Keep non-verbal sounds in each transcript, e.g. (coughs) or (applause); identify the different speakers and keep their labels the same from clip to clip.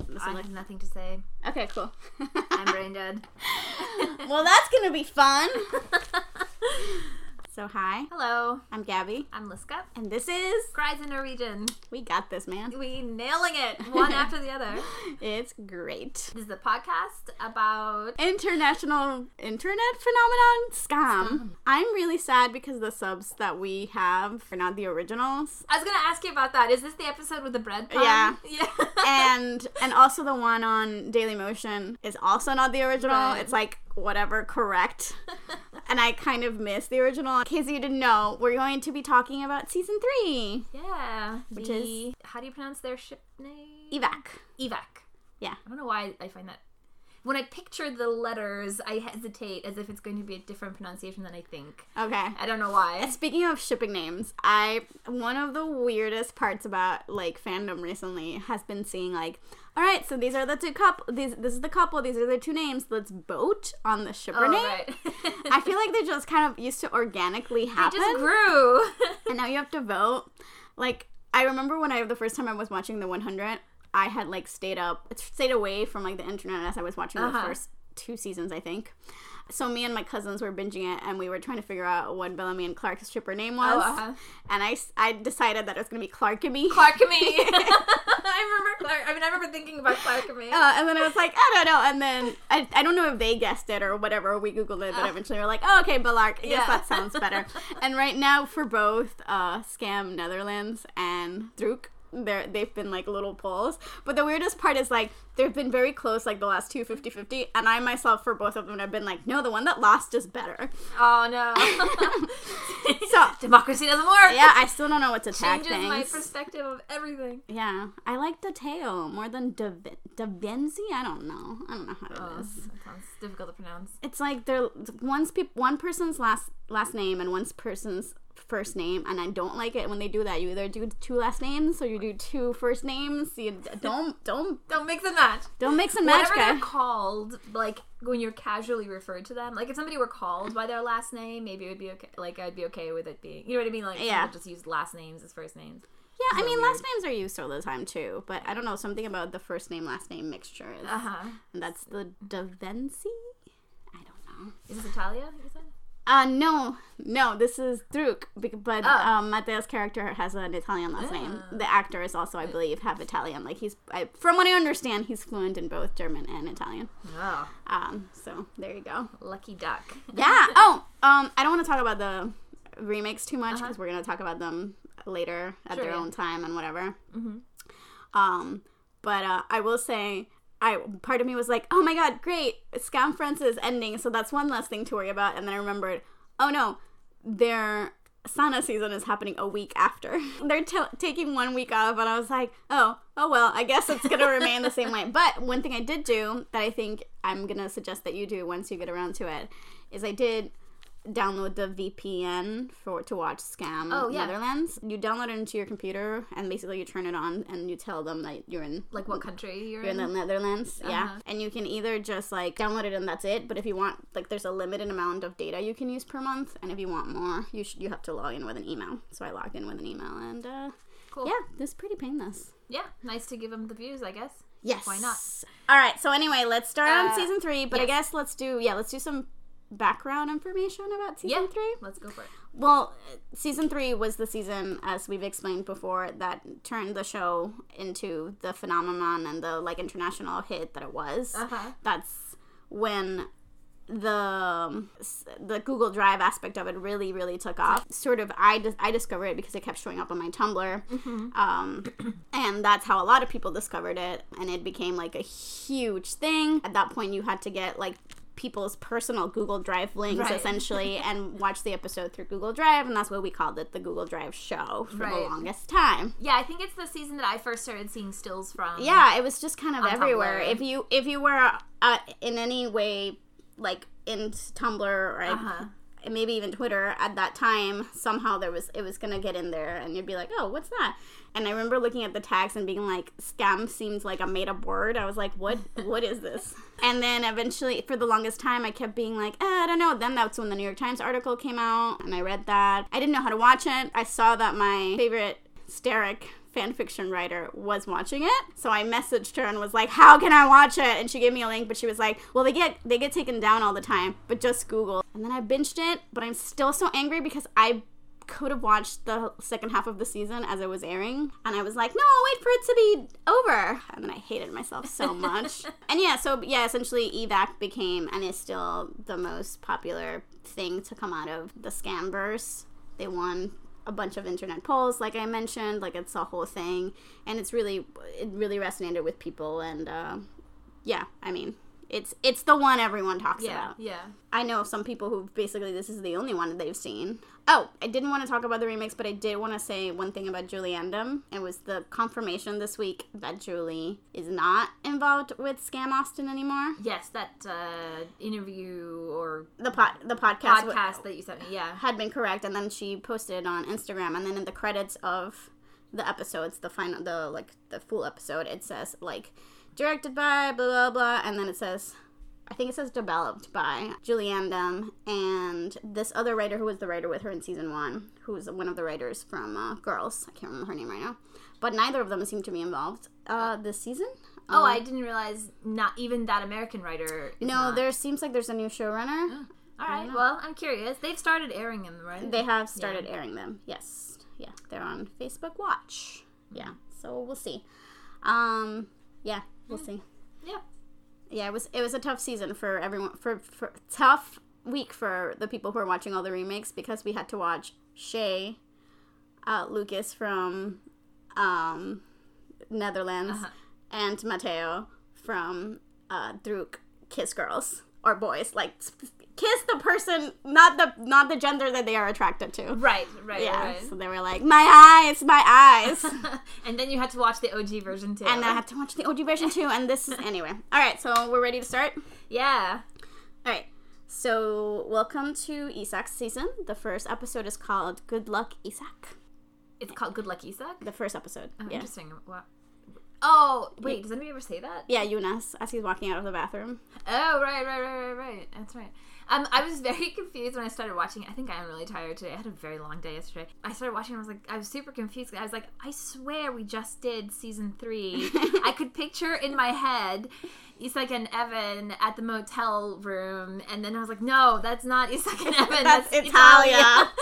Speaker 1: I
Speaker 2: similar.
Speaker 1: have nothing to say.
Speaker 2: Okay, cool. (laughs)
Speaker 1: I'm brain dead.
Speaker 2: well, that's gonna be fun. (laughs) So hi,
Speaker 1: Hello,
Speaker 2: I'm Gabby,
Speaker 1: I'm Liska.
Speaker 2: and this is
Speaker 1: Cries in Norwegian.
Speaker 2: we got this, man.
Speaker 1: We nailing it
Speaker 2: (laughs)
Speaker 1: one after the other.
Speaker 2: It's great.
Speaker 1: This is a podcast about
Speaker 2: International internet phenomenon scam. I'm really sad because the subs that we have are not the (laughs) originals,
Speaker 1: I was gonna ask you about that. Is this the episode with the bread pun?
Speaker 2: Yeah.
Speaker 1: (laughs) Yeah.
Speaker 2: (laughs) and and also the one on Daily Motion is also not the original.
Speaker 1: Right.
Speaker 2: It's like whatever (laughs) correct. and I kind of miss the original. In case you didn't know, we're going to be talking about season three,
Speaker 1: yeah.
Speaker 2: Which
Speaker 1: the, how do you pronounce their ship name?
Speaker 2: evac.
Speaker 1: Evac.
Speaker 2: Yeah.
Speaker 1: I don't know why I find that. When I picture the letters, I hesitate as if it's going to be a different pronunciation than I think.
Speaker 2: Okay.
Speaker 1: I don't know why.
Speaker 2: Speaking of shipping names, I one of the weirdest parts about like fandom recently has been seeing like, all right, so these are the two couple. These this is the couple. These are the two names. Let's vote on the shipper
Speaker 1: Oh,
Speaker 2: name.
Speaker 1: right. (laughs)
Speaker 2: I feel like they just kind of used to organically happen,
Speaker 1: just grew. (laughs)
Speaker 2: and now you have to vote. Like I remember when I the first time I was watching the 100, I had like stayed up, stayed away from like the internet as I was watching
Speaker 1: Uh-huh.
Speaker 2: the first two seasons, I think. So me and my cousins were binging it, and we were trying to figure out what Bellamy and Clark's shipper name was
Speaker 1: oh, uh-huh.
Speaker 2: and I, s- I decided that it was gonna be Clark
Speaker 1: (laughs)
Speaker 2: and me.
Speaker 1: Clark me. I remember Clark. I mean, I remember thinking about Clark me.
Speaker 2: Uh, and then I was like, I don't know. And then I, I don't know if they guessed it or whatever. We googled it, but eventually we're like, oh, okay, Balark. I
Speaker 1: Ah. Yeah.
Speaker 2: guess that sounds
Speaker 1: (laughs)
Speaker 2: better. and right now for both uh, Scam Netherlands and Druk, they're, they've been like little polls. But the weirdest part is like they've been very close, like the last two 50 50. And I myself for both of them have been like, no, the one that lost is
Speaker 1: (laughs)
Speaker 2: better.
Speaker 1: oh (laughs) no.
Speaker 2: So
Speaker 1: Democracy doesn't work.
Speaker 2: yeah, I still don't know what to tag
Speaker 1: Changes my
Speaker 2: things.
Speaker 1: perspective of everything.
Speaker 2: Yeah, I like Dateo more than Da Vinci. I don't know. I don't know how
Speaker 1: Oh,
Speaker 2: it
Speaker 1: that
Speaker 2: is.
Speaker 1: sounds difficult to pronounce.
Speaker 2: It's like they're one's peop one person's last last name and one person's first name, and I don't like it when they do that. You either do two last names or you do two first names. You d- don't don't
Speaker 1: Don't mix and match.
Speaker 2: don't mix and match,
Speaker 1: Whatever they're
Speaker 2: guy.
Speaker 1: called, like when you're casually referred to them, like if somebody were called by their last name, maybe it would be okay. Like I'd be okay with it being, you know what I mean? Like
Speaker 2: Yeah.
Speaker 1: people just use last names as first names.
Speaker 2: Yeah, I
Speaker 1: so
Speaker 2: mean
Speaker 1: weird.
Speaker 2: last names are used all the time too, but I don't know something about the first name last name mixture. Is,
Speaker 1: Uh huh.
Speaker 2: and That's the Da Vinci. I don't know.
Speaker 1: Is this Italia? You said?
Speaker 2: Uh, no, no, this is Druk, bec- but
Speaker 1: Oh. Ah.
Speaker 2: um, Matteo's character has an Italian last name. The actor is also, I believe, half Italian. Like he's, I, from what I understand, he's fluent in both German and Italian.
Speaker 1: Oh,
Speaker 2: Um, so there you go.
Speaker 1: lucky duck. (laughs)
Speaker 2: Yeah. oh, um, I don't want to talk about the remakes too much because we're gonna talk about them later at their
Speaker 1: Uh-huh. Sure, yeah. Mm-hmm.
Speaker 2: own time and whatever. Um, but uh, I will say, I part of me was like, oh my god, great, Scam Friends is ending, so that's one less thing to worry about. And then I remembered, oh no, their Sana season is happening a week after. (laughs) They're t- taking one week off, and I was like, oh, oh well, I guess it's gonna remain the same way. But one thing I did do that I think I'm gonna suggest that you do once you get around to it is I did download the VPN for to watch Scam
Speaker 1: Oh, yeah.
Speaker 2: Netherlands. You download it into your computer, and basically you turn it on, and you tell them that you're in
Speaker 1: Like what country you're
Speaker 2: you're in
Speaker 1: in?
Speaker 2: the Netherlands, yeah.
Speaker 1: Uh-huh.
Speaker 2: And you can either just like download it and that's it, but if you want, like, there's a limited amount of data you can use per month, and if you want more, you should you have to log in with an email. So I logged in with an email, and uh,
Speaker 1: Cool.
Speaker 2: yeah, this is pretty painless.
Speaker 1: Yeah, nice to give them the views, I guess.
Speaker 2: Yes.
Speaker 1: Why not?
Speaker 2: All right. So anyway, let's start on
Speaker 1: Uh,
Speaker 2: season three, but I
Speaker 1: yes.
Speaker 2: guess let's do yeah, let's do some background information about season
Speaker 1: Yeah.
Speaker 2: three.
Speaker 1: Let's go for it.
Speaker 2: Well, season three was the season, as we've explained before, that turned the show into the phenomenon and the like international hit that it was.
Speaker 1: Uh-huh.
Speaker 2: That's when the the Google Drive aspect of it really really took off. Sort of, I dis- I discovered it because it kept showing up on my Tumblr,
Speaker 1: Mm-hmm.
Speaker 2: um, and that's how a lot of people discovered it, and it became like a huge thing. At that point, you had to get like people's personal Google Drive links
Speaker 1: Right.
Speaker 2: essentially and watch the episode through Google Drive, and that's what we called it, the Google Drive show for the
Speaker 1: Right.
Speaker 2: longest time.
Speaker 1: Yeah, I think it's the season that I first started seeing stills from.
Speaker 2: Yeah, it was just kind of
Speaker 1: On
Speaker 2: everywhere.
Speaker 1: Tumblr.
Speaker 2: If you if you were uh, in any way like in Tumblr or like,
Speaker 1: Uh-huh.
Speaker 2: and maybe even Twitter at that time, somehow there was it was gonna get in there, and you'd be like, oh, what's that? And I remember looking at the tags and being like, scam seems like a made up word. I was like,
Speaker 1: (laughs)
Speaker 2: what what is this? And then eventually, for the longest time, I kept being like, eh, I don't know. Then that's when the New York Times article came out, and I read that. I didn't know how to watch it. I saw that my favorite steric fan fiction writer was watching it. So I messaged her and was like, "How can I watch it?" And she gave me a link, but she was like, "Well, they get they get taken down all the time, but just Google." And then I binged it, but I'm still so angry because I could have watched the second half of the season as it was airing and i was like no I'll wait for it to be over and then i hated myself so much and yeah so yeah essentially evac became and is still the most popular thing to come out of the scamverse they won a bunch of internet polls like i mentioned like it's a whole thing and it's really it really resonated with people and uh, yeah i mean it's it's the one everyone talks
Speaker 1: yeah,
Speaker 2: about
Speaker 1: yeah.
Speaker 2: I know some people who basically this is the only one that they've seen. Oh, I didn't want to talk about the remix, but I did want to say one thing about Juliandum. It was the confirmation this week that Julie is not involved with Scam Austin anymore.
Speaker 1: Yes, that uh, interview or
Speaker 2: The pod, the podcast, w-
Speaker 1: podcast that you sent me. Yeah.
Speaker 2: had been correct, and then she posted it on Instagram, and then in the credits of the episodes, the final, the like the full episode, it says like directed by blah blah blah, and then it says I think it says developed by Julianne Dum and this other writer who was the writer with her in season one, who was one of the writers from uh, Girls. I can't remember her name right now, but neither of them seem to be involved uh, this season.
Speaker 1: Oh, I didn't realize not even that American writer. Is
Speaker 2: no,
Speaker 1: not.
Speaker 2: there seems like there's a new showrunner.
Speaker 1: All right. Well, I'm curious. They've started airing them, right?
Speaker 2: They have started airing them. Yes. Yeah. They're on Facebook Watch. Yeah. So we'll see. Um yeah, we'll see.
Speaker 1: yeah.
Speaker 2: Yeah, it was it was a tough season for everyone for, for tough week for the people who are watching all the remakes because we had to watch Shay uh, Lucas from um Netherlands and Mateo from uh Druk Kiss Girls or boys like kiss the person not the not the gender that they are attracted to.
Speaker 1: Right. Right.
Speaker 2: Yeah.
Speaker 1: Right.
Speaker 2: So they were like, my eyes, my
Speaker 1: (laughs)
Speaker 2: eyes. and
Speaker 1: and then you had to watch the OG version too.
Speaker 2: then I have to watch the OG version too. And this is, anyway. All right. So we're ready to start.
Speaker 1: yeah.
Speaker 2: All right. So welcome to Isak's season. The first episode is called Good Luck Isak.
Speaker 1: It's called Good Luck Isak.
Speaker 2: The first episode.
Speaker 1: Oh,
Speaker 2: yeah.
Speaker 1: Interesting. Wow. Oh wait, does anybody ever say that?
Speaker 2: Yeah, Eunice, as he's walking out of the bathroom.
Speaker 1: Oh right, right, right, right, right. That's right. Um, I was very (laughs) confused when I started watching. it. I think I am really tired today. I had a very long day yesterday. I started watching. and I was like, I was super confused. I was like, I swear we just did season
Speaker 2: (laughs)
Speaker 1: three. I could picture in my head Isak and Evan at the motel room, and then I was like, no, that's not Isak
Speaker 2: (laughs)
Speaker 1: and Evan.
Speaker 2: That's
Speaker 1: that's,
Speaker 2: Italia.
Speaker 1: (laughs)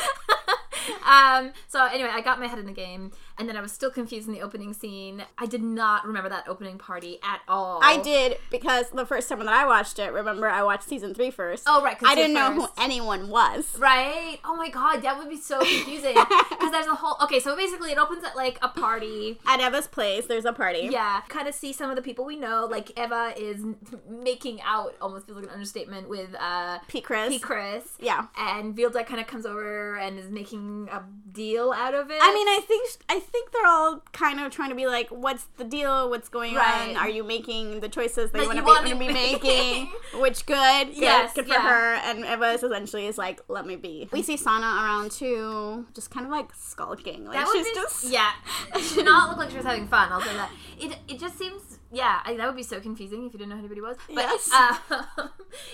Speaker 1: um. So anyway, I got my head in the game, and then I was still confused in the opening scene. I did not remember that opening party at all.
Speaker 2: I did because the first time that I watched it, remember I watched season three first.
Speaker 1: Oh right, 'cause
Speaker 2: I
Speaker 1: you're
Speaker 2: didn't know who
Speaker 1: first.
Speaker 2: anyone was.
Speaker 1: Right? Oh my god, that would be
Speaker 2: (laughs)
Speaker 1: so confusing. Because there's a whole. Okay, so basically it opens at like a party.
Speaker 2: At Eva's place, there's a party.
Speaker 1: Yeah, kind of see some of the people we know. Like Eva is making out, almost feels like an understatement, with uh,
Speaker 2: Pete Chris.
Speaker 1: P. Chris.
Speaker 2: Yeah.
Speaker 1: And Vilda kind of comes over and is making a deal out of it.
Speaker 2: I mean, I think I think they're all kind of trying to be like, what's the deal? What's going
Speaker 1: Right.
Speaker 2: on? Are you making the choices that
Speaker 1: That
Speaker 2: you want
Speaker 1: you
Speaker 2: to
Speaker 1: wanna
Speaker 2: be,
Speaker 1: be
Speaker 2: making? Which good, good,
Speaker 1: Yes,
Speaker 2: good for
Speaker 1: yeah.
Speaker 2: her. And Eva is essentially is like, let me be. We see Sana around too, just kind of like skulking, like
Speaker 1: that would
Speaker 2: she's
Speaker 1: be,
Speaker 2: just
Speaker 1: yeah. (laughs) She did not look like she was having fun. I'll say that. It it just seems yeah. I, that would be so confusing if you didn't know who anybody was. But
Speaker 2: Yes.
Speaker 1: (laughs) uh,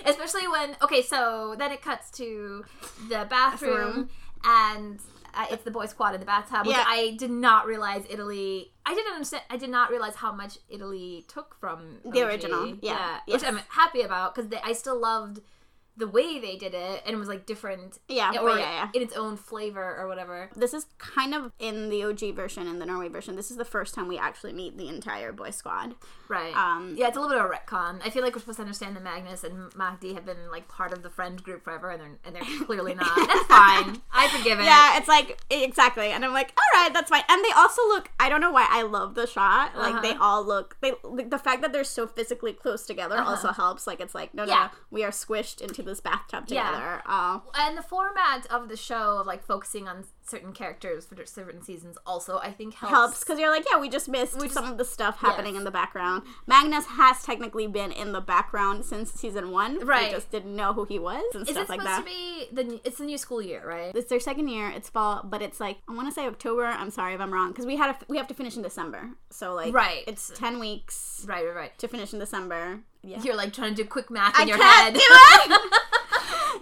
Speaker 1: especially when okay, so then it cuts to the bathroom and. Uh, it's the boy squad in the bathtub, which
Speaker 2: Yeah.
Speaker 1: I did not realize Italy. I didn't understand. I did not realize how much Italy took from
Speaker 2: The
Speaker 1: OG.
Speaker 2: original, yeah. Yes.
Speaker 1: which I'm happy about because I still loved the way they did it, and it was like different,
Speaker 2: yeah, Oh,
Speaker 1: or
Speaker 2: yeah, yeah.
Speaker 1: in its own flavor or whatever.
Speaker 2: This is kind of in the OG version and the Norway version. This is the first time we actually meet the entire boy squad.
Speaker 1: Right.
Speaker 2: Um,
Speaker 1: yeah, it's a little bit of a retcon. I feel like we're supposed to understand that Magnus and Magdi have been like part of the friend group forever, and they're
Speaker 2: (laughs)
Speaker 1: and they're clearly not. That's fine. I forgive it.
Speaker 2: Yeah, it's like exactly, and I'm like, all right, that's fine. And they also look. I don't know why I love the shot. Like they
Speaker 1: Uh-huh.
Speaker 2: all look. They like, the fact that they're so physically close together also helps. Like it's like no, no,
Speaker 1: Uh-huh. Yeah.
Speaker 2: no, we are squished into this bathtub
Speaker 1: Yeah.
Speaker 2: together. Uh,
Speaker 1: And the format of the show of like focusing on certain characters for certain seasons also I think helps.
Speaker 2: helps because you're like, yeah, we just missed some of the stuff happening in the background. Magnus has technically been in the background since season one.
Speaker 1: Right.
Speaker 2: we just didn't know who he was and
Speaker 1: Is it
Speaker 2: stuff
Speaker 1: supposed
Speaker 2: like that.
Speaker 1: to be the? n- It's the new school year, right?
Speaker 2: it's their second year. It's fall, but it's like I want to say October. I'm sorry if I'm wrong because we had a, we have to finish in December. So like
Speaker 1: Right.
Speaker 2: it's ten weeks.
Speaker 1: Right, right, right.
Speaker 2: to finish in December. Yeah. (laughs)
Speaker 1: You're like trying to do quick math in your
Speaker 2: can't
Speaker 1: head.
Speaker 2: do it!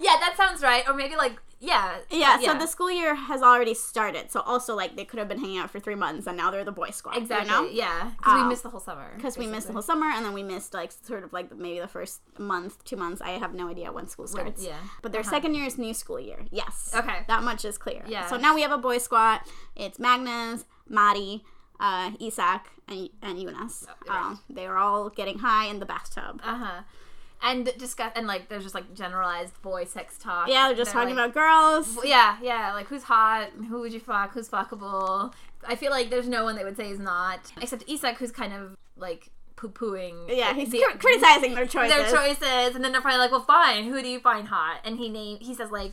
Speaker 1: (laughs) yeah, that sounds right. Or maybe like yeah,
Speaker 2: Yeah, so the school year has already started. So also like they could have been hanging out for three months and now they're the boy squad.
Speaker 1: exactly
Speaker 2: You know?
Speaker 1: yeah because
Speaker 2: Um,
Speaker 1: we missed the whole summer
Speaker 2: Because we missed the whole summer and then we missed like sort of like maybe the first month, two months. I have no idea when school starts.
Speaker 1: yeah.
Speaker 2: But their
Speaker 1: Uh-huh.
Speaker 2: second year is new school year. Yes.
Speaker 1: Okay.
Speaker 2: That much is clear.
Speaker 1: Yeah.
Speaker 2: So now we have a boy squad. It's Magnus, Mari, uh, Isak, and, and Eunice.
Speaker 1: Oh, right.
Speaker 2: Um, they are all getting high in the bathtub.
Speaker 1: Uh huh. And discuss and like there's just like generalized boy sex talk.
Speaker 2: yeah, they're just talking
Speaker 1: like-
Speaker 2: about girls.
Speaker 1: Yeah, yeah. Like who's hot? Who would you fuck? Who's fuckable? I feel like there's no one they would say is not, except Isak, who's kind of like poo pooing.
Speaker 2: Yeah, he's cr- criticizing their choices.
Speaker 1: their choices, and then they're probably like, "Well, fine. Who do you find hot?" And he name he says like,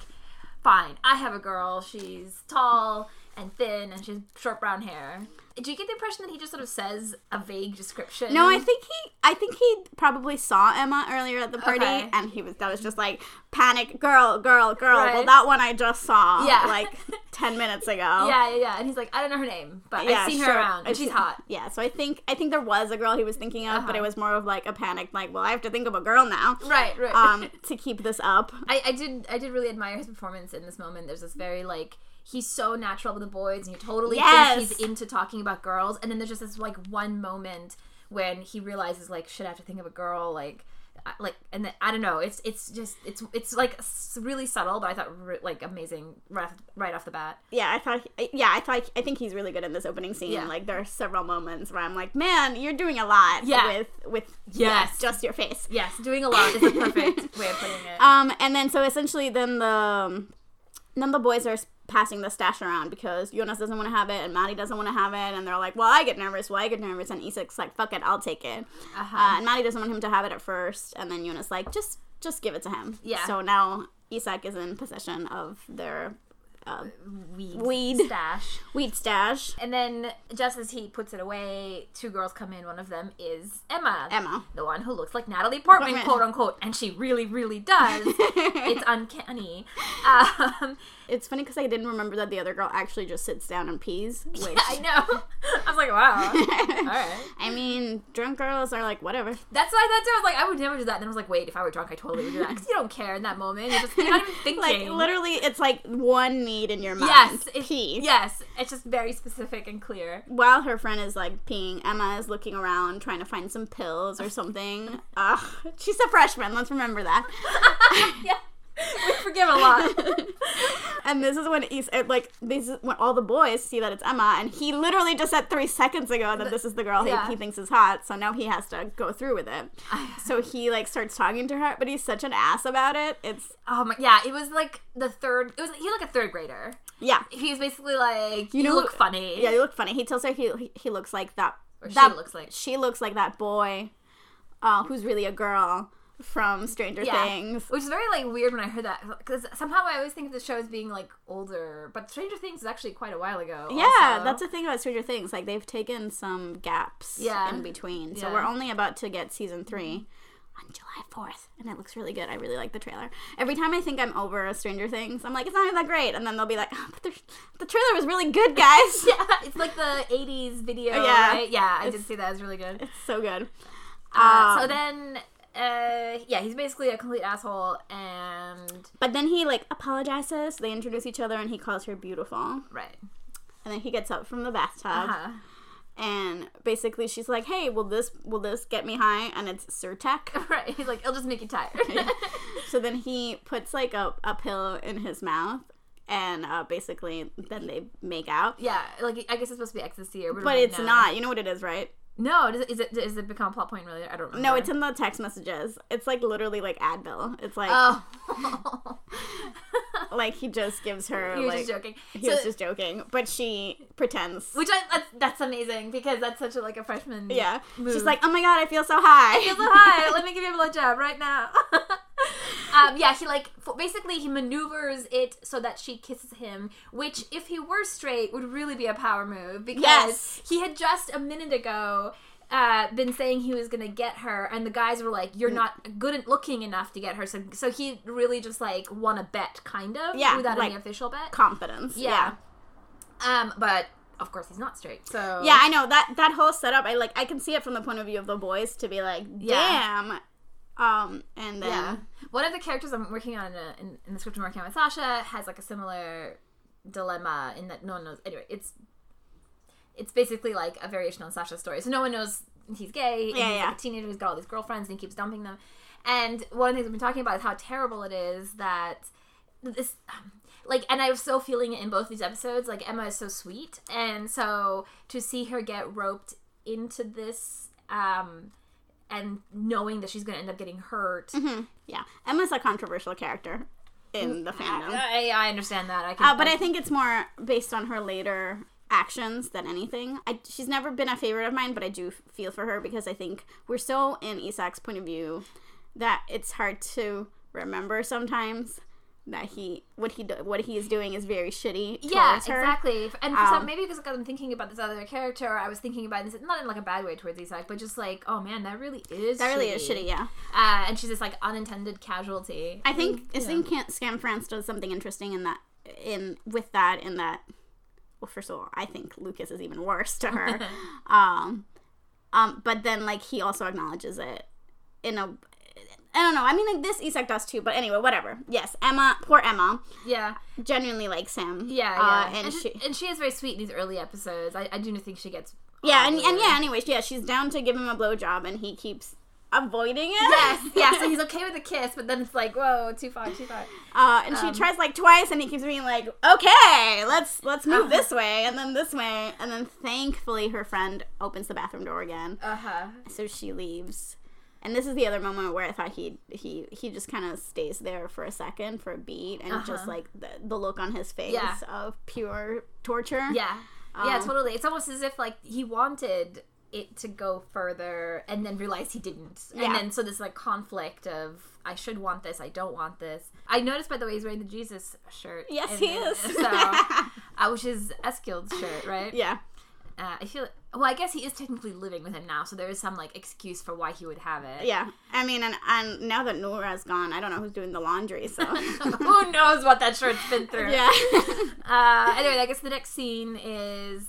Speaker 1: "Fine, I have a girl. She's tall and thin, and she's short brown hair." Do you get the impression that he just sort of says a vague description?
Speaker 2: No, I think he. I think he probably saw Emma earlier at the party,
Speaker 1: Okay.
Speaker 2: and he was that was just like panic, girl, girl, girl. Well,
Speaker 1: Right.
Speaker 2: that one I just saw,
Speaker 1: Yeah.
Speaker 2: like
Speaker 1: (laughs)
Speaker 2: ten minutes ago.
Speaker 1: Yeah, yeah, yeah. And he's like, I don't know her name, but Oh. I've seen her
Speaker 2: sure.
Speaker 1: around.
Speaker 2: I've
Speaker 1: And she's
Speaker 2: seen-
Speaker 1: hot.
Speaker 2: Yeah, so I think I think there was a girl he was thinking of, but
Speaker 1: Uh-huh.
Speaker 2: it was more of like a panic, like, well, I have to think of a girl now,
Speaker 1: Right, right. (laughs)
Speaker 2: um, to keep this up.
Speaker 1: I, I did I did really admire his performance in this moment. There's this very like he's so natural with the boys and you totally
Speaker 2: Yes.
Speaker 1: think he's into talking about girls and then there's just this like one moment when he realizes like shit I have to think of a girl like I- like and then, I don't know it's it's just it's it's like s- really subtle but I thought re- like amazing right off, right off the bat
Speaker 2: Yeah, I thought. Yeah, I thought. I think he's really good in this opening scene.
Speaker 1: Yeah.
Speaker 2: Like, there are several moments where I'm like, man, you're doing a lot.
Speaker 1: Yeah.
Speaker 2: with with
Speaker 1: Yes.
Speaker 2: just your face.
Speaker 1: yes doing a lot is the perfect way of putting (laughs) it
Speaker 2: Um, and then so essentially, then the um, then the boys are s- passing the stash around because Jonas doesn't want to have it and Maddie doesn't want to have it, and they're like, "Well, I get nervous. Well, I get nervous." And Isak's like, "Fuck it, I'll take it."
Speaker 1: Uh-huh.
Speaker 2: Uh, and Maddie doesn't want him to have it at first, and then Jonas like, "Just, just give it to him."
Speaker 1: Yeah.
Speaker 2: So now Isak is in possession of their
Speaker 1: weed,
Speaker 2: weed.
Speaker 1: stash
Speaker 2: weed stash.
Speaker 1: and then just as he puts it away two girls come in one of them is Emma
Speaker 2: Emma.
Speaker 1: the one who looks like Natalie
Speaker 2: (laughs)
Speaker 1: Portman,
Speaker 2: Portman.
Speaker 1: quote unquote, and she really,
Speaker 2: (laughs)
Speaker 1: really does. it's uncanny. Um, (laughs)
Speaker 2: It's funny because I didn't remember that the other girl actually just sits down and
Speaker 1: (laughs)
Speaker 2: pees. Which (laughs)
Speaker 1: I know. I was like, wow. All right.
Speaker 2: I mean, drunk girls are like whatever.
Speaker 1: That's what I thought too. I was like, I would never do that. And then I was like, wait, if I were drunk, I totally would do that. Because you don't care in that moment. You're, just, you're not even thinking.
Speaker 2: (laughs) Like literally, it's like one need in your mind.
Speaker 1: Yes, it-
Speaker 2: pee.
Speaker 1: Yes. It's just very specific and clear.
Speaker 2: while her friend is like peeing, Emma is looking around trying to find some pills or something. Ugh, she's a freshman. Let's remember
Speaker 1: (laughs)
Speaker 2: that.
Speaker 1: yeah. (laughs) We forgive
Speaker 2: (laughs)
Speaker 1: a lot.
Speaker 2: And this is when he's uh, like, this is when all the boys see that it's Emma, and he literally just said three seconds ago that this is the girl
Speaker 1: yeah.
Speaker 2: he, he thinks is hot. So now he has to go through with
Speaker 1: (sighs)
Speaker 2: it. So he like starts talking to her, but he's such an ass about it. It's
Speaker 1: Oh my, yeah. It was like the third. It was. He was like a third grader.
Speaker 2: yeah,
Speaker 1: He's basically like, you,
Speaker 2: know-
Speaker 1: look funny.
Speaker 2: yeah. You look funny. He tells her he he- he looks like that.
Speaker 1: Or she
Speaker 2: that
Speaker 1: looks like-
Speaker 2: she looks like that boy, uh, who's really a girl from Stranger
Speaker 1: Yeah.
Speaker 2: Things.
Speaker 1: Which is very like weird when I heard that because somehow I always think of the show as being like older, but Stranger Things is actually quite a while ago.
Speaker 2: Yeah,
Speaker 1: also.
Speaker 2: that's the thing about Stranger Things. Like they've taken some gaps
Speaker 1: Yeah.
Speaker 2: in between. So
Speaker 1: Yeah.
Speaker 2: we're only about to get season three on July fourth, and it looks really good. I really like the trailer. Every time I think I'm over Stranger Things, I'm like, it's not even that great, and then they'll be like, oh, but the, the trailer was really good, guys.
Speaker 1: (laughs) (laughs) yeah, it's like the '80s video,
Speaker 2: Yeah.
Speaker 1: right? Yeah, I did see that. It was really good.
Speaker 2: so good.
Speaker 1: Uh, so
Speaker 2: Um,
Speaker 1: then, uh, yeah, he's basically a complete asshole, and
Speaker 2: But then he like apologizes. They introduce each other, and he calls her beautiful.
Speaker 1: right,
Speaker 2: And then he gets up from the bathtub,
Speaker 1: uh-huh. (laughs)
Speaker 2: and basically she's like, "Hey, will this will this get me high?" And it's Surtec.
Speaker 1: (laughs) right. He's like, "It'll just make you tired."
Speaker 2: (laughs) So then he puts like a, a pill in his mouth, and uh, basically then they make out.
Speaker 1: (laughs) yeah, like I guess it's supposed to be ecstasy or.
Speaker 2: But it's not. You know what it is, right?
Speaker 1: No, does it, is it? Is it become a plot point really? I don't remember. (laughs)
Speaker 2: No, it's in the text messages. It's like literally like Advil. It's like
Speaker 1: Oh,
Speaker 2: like he just gives her
Speaker 1: you were
Speaker 2: like
Speaker 1: just joking.
Speaker 2: he was just joking, but she pretends.
Speaker 1: Which I that's, that's amazing because that's such a like a freshman.
Speaker 2: yeah, she's
Speaker 1: move.
Speaker 2: like, oh my god, I feel so high.
Speaker 1: He's like, hi, let me give you a blowjob right now. (laughs) um, yeah, he like f- basically he maneuvers it so that she kisses him, which if he were straight would really be a power move because
Speaker 2: Yes.
Speaker 1: he had just a minute ago. Uh, been saying he was gonna get her, and the guys were like, "You're
Speaker 2: Mm.
Speaker 1: not good at looking enough to get her." So, so he really just like won a bet, kind of,
Speaker 2: Yeah,
Speaker 1: without
Speaker 2: like-
Speaker 1: any official bet.
Speaker 2: Confidence.
Speaker 1: Yeah. Um, but of course he's not straight. So
Speaker 2: Yeah, I know that that whole setup. I like I can see it from the point of view of the boys to be like,
Speaker 1: Yeah.
Speaker 2: damn. Um, and then
Speaker 1: Yeah. One of the characters I'm working on in, a, in, in the script I'm working on with Sasha has like a similar dilemma in that no one knows. Anyway, it's it's basically like a variation on Sasha's story. So no one knows he's gay. and
Speaker 2: Yeah,
Speaker 1: he's
Speaker 2: yeah.
Speaker 1: Like a teenager who's got all these girlfriends and he keeps dumping them. And one of the things we've been talking about is how terrible it is that this. Like and I was so feeling it in both these episodes. Like Emma is so sweet, and so to see her get roped into this, um, and knowing that she's going to end up getting hurt,
Speaker 2: Mm-hmm. Yeah, Emma's a controversial character in the fandom,
Speaker 1: I, I understand that. I can,
Speaker 2: uh, but I think it's more based on her later actions than anything. I, she's never been a favorite of mine, but I do f- feel for her because I think we're so in Isak's point of view that it's hard to remember sometimes that he what he do, what he is doing is very shitty. Towards
Speaker 1: yeah,
Speaker 2: her.
Speaker 1: exactly. And for
Speaker 2: Um,
Speaker 1: some, maybe because I'm thinking about this other character, or I was thinking about this not in like a bad way towards Isak, but just like, oh man, that really is
Speaker 2: That really is shitty. Yeah.
Speaker 1: Uh, and she's this like unintended casualty.
Speaker 2: I think I
Speaker 1: Mm, yeah.
Speaker 2: think Can't Scam France does something interesting in that in with that in that well first of all I think Lucas is even worse to
Speaker 1: (laughs)
Speaker 2: her um um but then like he also acknowledges it in a I don't know I mean like this Isak does too but anyway whatever yes Emma poor Emma
Speaker 1: yeah,
Speaker 2: genuinely likes him
Speaker 1: yeah,
Speaker 2: uh,
Speaker 1: yeah.
Speaker 2: and, she
Speaker 1: and she is very sweet in these early episodes. I, I do think she gets
Speaker 2: yeah and, and
Speaker 1: awkward.
Speaker 2: yeah anyways yeah she's down to give him a blowjob and he keeps avoiding it
Speaker 1: (laughs) yes, yeah.
Speaker 2: (laughs)
Speaker 1: So he's okay with a kiss, but then it's like, whoa, too far, too far.
Speaker 2: Uh, and she
Speaker 1: Um,
Speaker 2: tries like twice, and he keeps being like, "Okay, let's let's move this way, and then this way, and then." Thankfully, her friend opens the bathroom door again,
Speaker 1: Uh huh.
Speaker 2: so she leaves. And this is the other moment where I thought he he he just kind of stays there for a second, for a beat, and just
Speaker 1: Uh-huh.
Speaker 2: like the, the look on his face
Speaker 1: Yeah.
Speaker 2: of pure torture.
Speaker 1: Yeah. yeah,
Speaker 2: Um,
Speaker 1: totally. It's almost as if like he wanted it to go further and then realized he didn't. And
Speaker 2: Yeah.
Speaker 1: then so this like conflict of I should want this, I don't want this. I noticed by the way he's wearing the Jesus shirt.
Speaker 2: Yes,
Speaker 1: in
Speaker 2: he is.
Speaker 1: this, (laughs)
Speaker 2: (laughs)
Speaker 1: So uh, which is Eskild's shirt, right?
Speaker 2: yeah.
Speaker 1: Uh, I feel well, I guess he is technically living with him now, so there is some like excuse for why he would have it.
Speaker 2: Yeah. I mean, and, and now that Nora's gone, I don't know who's doing the laundry.
Speaker 1: (laughs)
Speaker 2: So. (laughs)
Speaker 1: (laughs) Who knows what that shirt's been through?
Speaker 2: yeah. (laughs)
Speaker 1: Uh, anyway, I guess the next scene is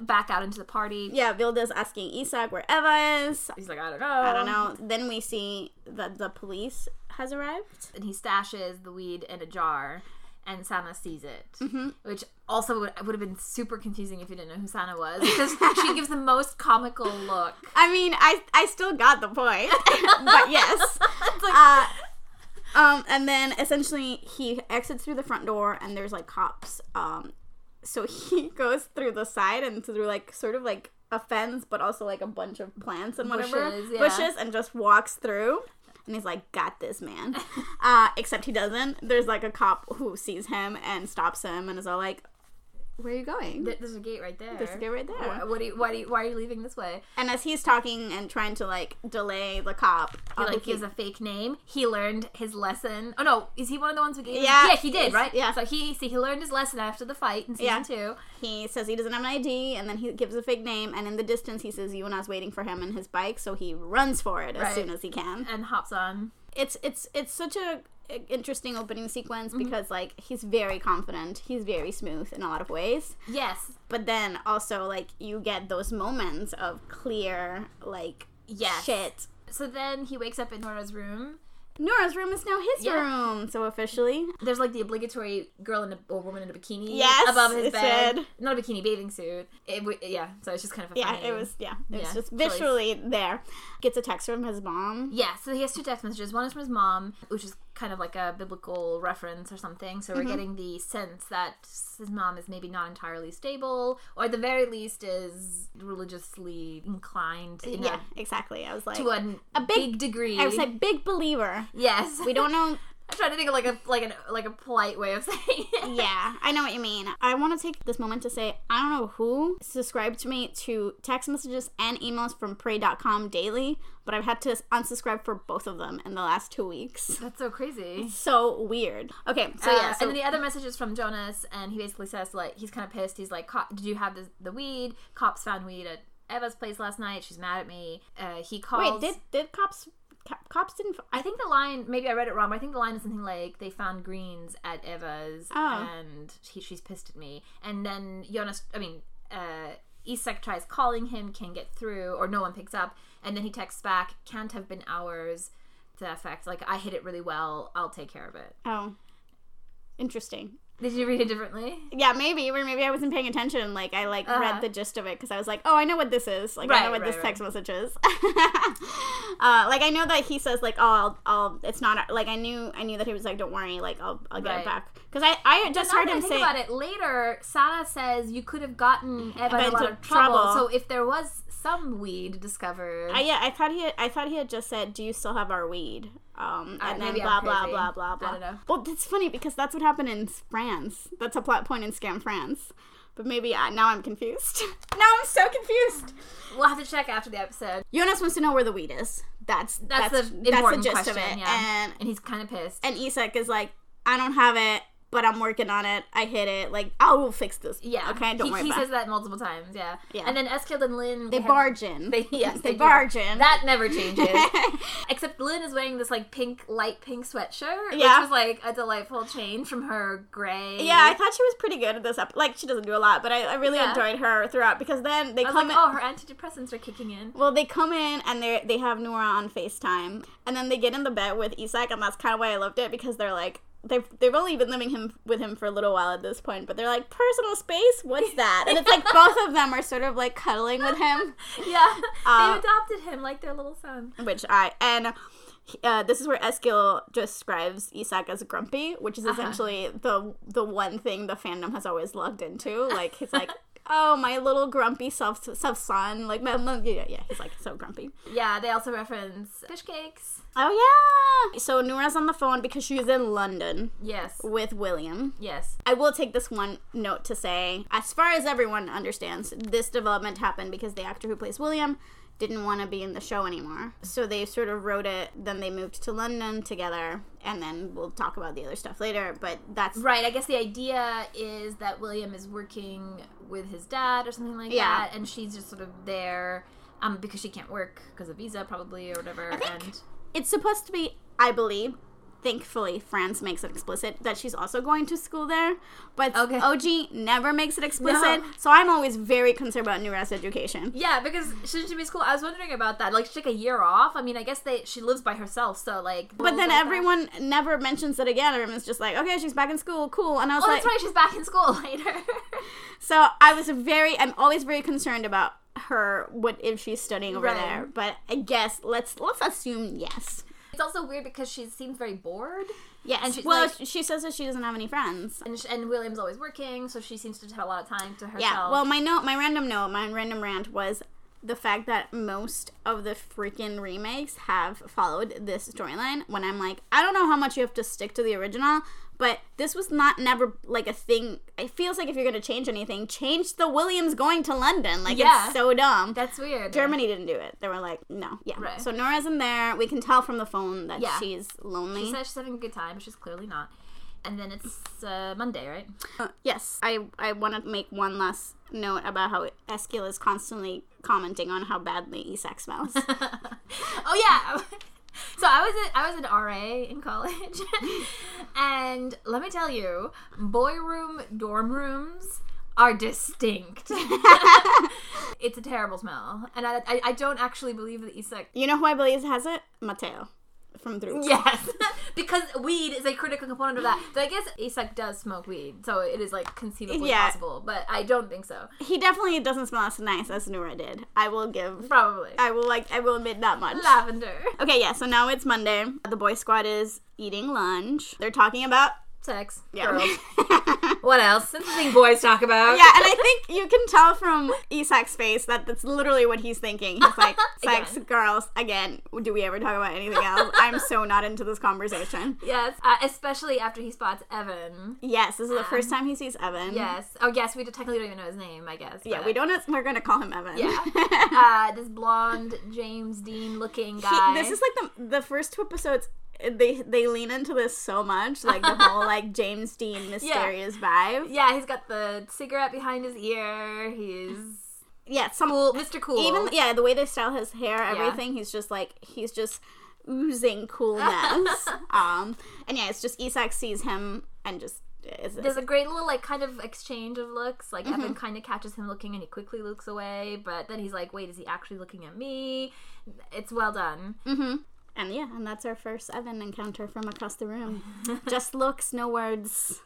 Speaker 1: back out into the party.
Speaker 2: yeah. Vilda's asking Isak where Eva is.
Speaker 1: He's like, I don't know.
Speaker 2: I don't know. Then we see that the police has arrived.
Speaker 1: and he stashes the weed in a jar and Sana sees it,
Speaker 2: Mm-hmm.
Speaker 1: which also would, would have been super confusing if you didn't know who Sana was because she gives the most comical look.
Speaker 2: I mean, I I still got the point, (laughs) but (laughs) yes. uh, um, and then essentially he exits through the front door, and there's like cops. Um, so (laughs) he goes through the side and through like sort of like a fence, but also like a bunch of plants and whatever
Speaker 1: Bushes, yeah.
Speaker 2: bushes, and just walks through. And he's like, "Got this, (laughs) man." uh, except he doesn't. There's like a cop who sees him and stops him, and is all like, "Where are you going?"
Speaker 1: There- There's a gate right there.
Speaker 2: There's a gate right there.
Speaker 1: Why, what do you, why, do you, why are you leaving this way?
Speaker 2: And as he's talking and trying to like delay the cop,
Speaker 1: He
Speaker 2: uh,
Speaker 1: like
Speaker 2: he-
Speaker 1: gives a fake name. He learned his lesson. Oh no, is he one of the ones who gave?
Speaker 2: Yeah.
Speaker 1: yeah, he did, right?
Speaker 2: Yeah.
Speaker 1: So he see he learned his lesson after the fight in season
Speaker 2: Yeah.
Speaker 1: two.
Speaker 2: he says he doesn't have an ID, and then he gives a fake name, and in the distance he says Yuna's waiting for him in his bike, so he runs for it as
Speaker 1: Right.
Speaker 2: soon as he can.
Speaker 1: and hops on.
Speaker 2: It's it's it's such a a- interesting opening sequence
Speaker 1: Mm-hmm.
Speaker 2: because like he's very confident, he's very smooth in a lot of ways,
Speaker 1: Yes,
Speaker 2: but then also like you get those moments of clear like
Speaker 1: yes.
Speaker 2: shit.
Speaker 1: So then he wakes up in Nora's room.
Speaker 2: Nora's room is now his
Speaker 1: Yeah.
Speaker 2: room, so officially
Speaker 1: There's like the obligatory girl in a or woman in a bikini
Speaker 2: Yes,
Speaker 1: above his
Speaker 2: it
Speaker 1: bed.
Speaker 2: said.
Speaker 1: Not a bikini bathing suit. It w- yeah, so it's just kind of a
Speaker 2: Yeah,
Speaker 1: funny-
Speaker 2: it was. Yeah, it was
Speaker 1: Yeah,
Speaker 2: just
Speaker 1: choice.
Speaker 2: visually there. Gets a text from his mom.
Speaker 1: Yeah, so he has two text messages. One is from his mom, which is kind of like a biblical reference or something. So we're
Speaker 2: Mm-hmm.
Speaker 1: getting the sense that his mom is maybe not entirely stable, or at the very least is religiously inclined in
Speaker 2: Yeah, exactly. I was
Speaker 1: a,
Speaker 2: like,
Speaker 1: to a,
Speaker 2: A big-
Speaker 1: big, degree.
Speaker 2: I was like, big believer.
Speaker 1: yes.
Speaker 2: We don't
Speaker 1: (laughs)
Speaker 2: know.
Speaker 1: I'm trying to think of like a like an like a polite way of (laughs) saying it.
Speaker 2: yeah, I know what you mean. I want to take this moment to say I don't know who subscribed to me to text messages and emails from pray.com daily, but I've had to unsubscribe for both of them in the last two weeks. (laughs)
Speaker 1: That's so crazy.
Speaker 2: So weird. Okay, so
Speaker 1: Uh,
Speaker 2: yeah, so
Speaker 1: and then the other message is from Jonas, and he basically says like he's kind of pissed. He's like, Cop, "Did you have the, the weed? Cops found weed at Eva's place last night. She's mad at me." Uh, he
Speaker 2: wait,
Speaker 1: calls.
Speaker 2: did did cops cop- cops didn't?
Speaker 1: I think the line? Maybe I read it wrong, but I think the line is something like, "They found greens at Eva's,
Speaker 2: Oh.
Speaker 1: and he, she's pissed at me." And then Jonas, I mean, uh, Isak tries calling him, can't get through, or no one picks up, and then he texts back, "Can't have been hours." to that effect. Like, I hit it really well. I'll take care of it.
Speaker 2: Oh, interesting.
Speaker 1: Did you read it differently?
Speaker 2: Yeah, maybe or maybe I wasn't paying attention. Like I like
Speaker 1: Uh-huh.
Speaker 2: read the gist of it because I was like, oh, I know what this is. Like I know
Speaker 1: Right,
Speaker 2: what this
Speaker 1: right,
Speaker 2: text message is. (laughs) uh, like I know that he says like, oh, I'll, I'll, it's not like I knew, I knew that he was like, don't worry, like I'll, I'll get
Speaker 1: Right.
Speaker 2: it back because I, I just
Speaker 1: now
Speaker 2: heard
Speaker 1: that I
Speaker 2: him
Speaker 1: think
Speaker 2: say,
Speaker 1: about it later. Sana says you could have gotten Eva in a
Speaker 2: into
Speaker 1: lot of trouble.
Speaker 2: trouble.
Speaker 1: So if there was some weed discovered,
Speaker 2: I, yeah, I thought he, had, I thought he had just said, do you still have our weed? Um,
Speaker 1: Uh,
Speaker 2: and then
Speaker 1: maybe
Speaker 2: blah
Speaker 1: I'm
Speaker 2: blah
Speaker 1: crazy.
Speaker 2: blah blah
Speaker 1: I
Speaker 2: blah.
Speaker 1: don't know.
Speaker 2: Well, that's funny because that's what happened in France. That's a plot point in Scam France. But maybe I, now I'm confused. (laughs) now I'm so confused.
Speaker 1: we'll have to check after the episode.
Speaker 2: Jonas wants to know where the weed is. That's
Speaker 1: That's,
Speaker 2: that's
Speaker 1: the
Speaker 2: that's, the
Speaker 1: important
Speaker 2: gist
Speaker 1: question.
Speaker 2: of it.
Speaker 1: Yeah,
Speaker 2: And
Speaker 1: and he's kind of pissed.
Speaker 2: and Isak is like, I don't have it, but I'm working on it. I hit it. Like I will fix this.
Speaker 1: yeah,
Speaker 2: Okay. Don't
Speaker 1: he,
Speaker 2: worry
Speaker 1: he
Speaker 2: about.
Speaker 1: says
Speaker 2: it.
Speaker 1: that multiple times. Yeah,
Speaker 2: Yeah.
Speaker 1: And then Eskild and Lynn
Speaker 2: They
Speaker 1: have-
Speaker 2: barge in.
Speaker 1: They (laughs) yes,
Speaker 2: they
Speaker 1: do.
Speaker 2: barge in. (laughs)
Speaker 1: That never changes. Except Lynn is wearing this like pink, light pink sweatshirt,
Speaker 2: Yeah.
Speaker 1: which was like a delightful change from her gray.
Speaker 2: yeah, I thought she was pretty good at this. Ep- like she doesn't do a lot, but I, I really
Speaker 1: Yeah.
Speaker 2: enjoyed her throughout because then they
Speaker 1: I was
Speaker 2: come
Speaker 1: like,
Speaker 2: in.
Speaker 1: oh, her antidepressants are kicking in.
Speaker 2: (laughs) Well, they come in and they they have Nora on FaceTime, and then they get in the bed with Isak, and that's kind of why I loved it because they're like they've they've only been living him with him for a little while at this point, but they're like personal space. What's that? And it's like both of them are sort of like cuddling with him,
Speaker 1: Yeah,
Speaker 2: Uh,
Speaker 1: (laughs) they adopted him like their little son.
Speaker 2: which I and. Uh, this is where Eskil describes Isak as grumpy, which is essentially the the one thing the fandom has always lugged into. Like he's like, oh my little grumpy self self son, like my, my, yeah yeah. He's like so grumpy.
Speaker 1: Yeah, they also reference fish cakes.
Speaker 2: Oh yeah. So Nora's on the phone because she's in London
Speaker 1: Yes,
Speaker 2: with William.
Speaker 1: yes,
Speaker 2: I will take this one note to say, as far as everyone understands, this development happened because the actor who plays William didn't want to be in the show anymore. So they sort of wrote it, then they moved to London together, and then we'll talk about the other stuff later, but that's
Speaker 1: right. I guess the idea is that William is working with his dad or something like
Speaker 2: Yeah.
Speaker 1: that, and she's just sort of there. Um, because she can't work because of visa, probably or whatever.
Speaker 2: think-
Speaker 1: and
Speaker 2: It's supposed to be, I believe, thankfully, France makes it explicit that she's also going to school there. But
Speaker 1: Okay.
Speaker 2: OG never makes it explicit.
Speaker 1: No.
Speaker 2: So I'm always very concerned about Nura's education.
Speaker 1: Yeah, because shouldn't she be school? I was wondering about that. Like, she took a year off. I mean, I guess they she lives by herself, so like.
Speaker 2: But then
Speaker 1: like that.
Speaker 2: everyone never mentions it again. Everyone's just like, okay, she's back in school, cool. And I was
Speaker 1: Oh,
Speaker 2: like,
Speaker 1: that's right. She's back in school (laughs) later.
Speaker 2: so I was very, I'm always very concerned about her, what if she's studying over
Speaker 1: Right.
Speaker 2: there. But I guess let's let's assume yes.
Speaker 1: it's also weird because she seems very bored,
Speaker 2: Yes.
Speaker 1: And she's
Speaker 2: well,
Speaker 1: like-
Speaker 2: she says that she doesn't have any friends.
Speaker 1: and sh and William's always working, so she seems to have a lot of time to herself.
Speaker 2: Yeah. Well, my note, my random note, my random rant was the fact that most of the freaking remakes have followed this storyline. When I'm like, I don't know how much you have to stick to the original, but this was not never like a thing. It feels like if you're gonna change anything, change the Williams going to London. Like
Speaker 1: Yeah.
Speaker 2: it's so dumb.
Speaker 1: that's weird.
Speaker 2: Germany didn't do it. They were like, no, yeah.
Speaker 1: Right.
Speaker 2: So Nora's in there. We can tell from the phone that
Speaker 1: Yeah.
Speaker 2: she's lonely.
Speaker 1: She says she's having a good time, but she's clearly not. And then it's uh, Monday, right? (laughs)
Speaker 2: Uh, yes, I I want to make one last note about how Eskil is constantly commenting on how badly Isak smells.
Speaker 1: oh yeah. (laughs) So I was a, I was an RA in college, (laughs) and let me tell you, boy room dorm rooms are distinct. (laughs) it's a terrible smell, and I, I, I don't actually believe that Isak.
Speaker 2: you know who I believe has it? Mateo from Through.
Speaker 1: Yes, (laughs) because weed is a critical component of that. So I guess Isak does smoke weed, so it is like conceivably
Speaker 2: Yeah.
Speaker 1: possible, but I don't think so.
Speaker 2: He definitely doesn't smell as nice as Nura did. I will give.
Speaker 1: Probably
Speaker 2: I will like. I will admit that much.
Speaker 1: lavender
Speaker 2: Okay, yeah. So now it's Monday. The boy squad is eating lunch. They're talking about
Speaker 1: sex.
Speaker 2: yeah.
Speaker 1: Girls.
Speaker 2: (laughs) yeah,
Speaker 1: What else? That's the thing boys talk about.
Speaker 2: and I think you can tell from Isak's face that that's literally what he's thinking. He's
Speaker 1: (laughs)
Speaker 2: like, sex,
Speaker 1: Again.
Speaker 2: girls, again, do we ever talk about anything else? I'm so not into this conversation.
Speaker 1: Yes, uh, especially after he spots Evan.
Speaker 2: Yes, this is the first
Speaker 1: Um,
Speaker 2: time he sees Evan.
Speaker 1: Yes. Oh, yes. We technically don't even know his name. I guess.
Speaker 2: Yeah,
Speaker 1: but-
Speaker 2: we don't know, we're going to call him Evan.
Speaker 1: Yeah. uh, this blonde James Dean
Speaker 2: (laughs)
Speaker 1: looking
Speaker 2: He-
Speaker 1: guy.
Speaker 2: this is like the the first two episodes they they lean into this so much, like the whole like James
Speaker 1: (laughs)
Speaker 2: Dean mysterious vibe.
Speaker 1: yeah, he's got the cigarette behind his ear. He's
Speaker 2: Yeah, some
Speaker 1: cool, Mr. Cool.
Speaker 2: even yeah, the way they style his hair, everything, he's just like he's just oozing (laughs) coolness. um and yeah, it's just Isak sees him and just is
Speaker 1: there's a great little like kind of exchange of looks. Like
Speaker 2: Mm-hmm.
Speaker 1: Evan kind of catches him looking, and he quickly looks away. But then he's like, "Wait, is he actually looking at me?" It's well done.
Speaker 2: hmm And yeah, and that's our first Evan encounter from across the (laughs) room. Just looks, no words.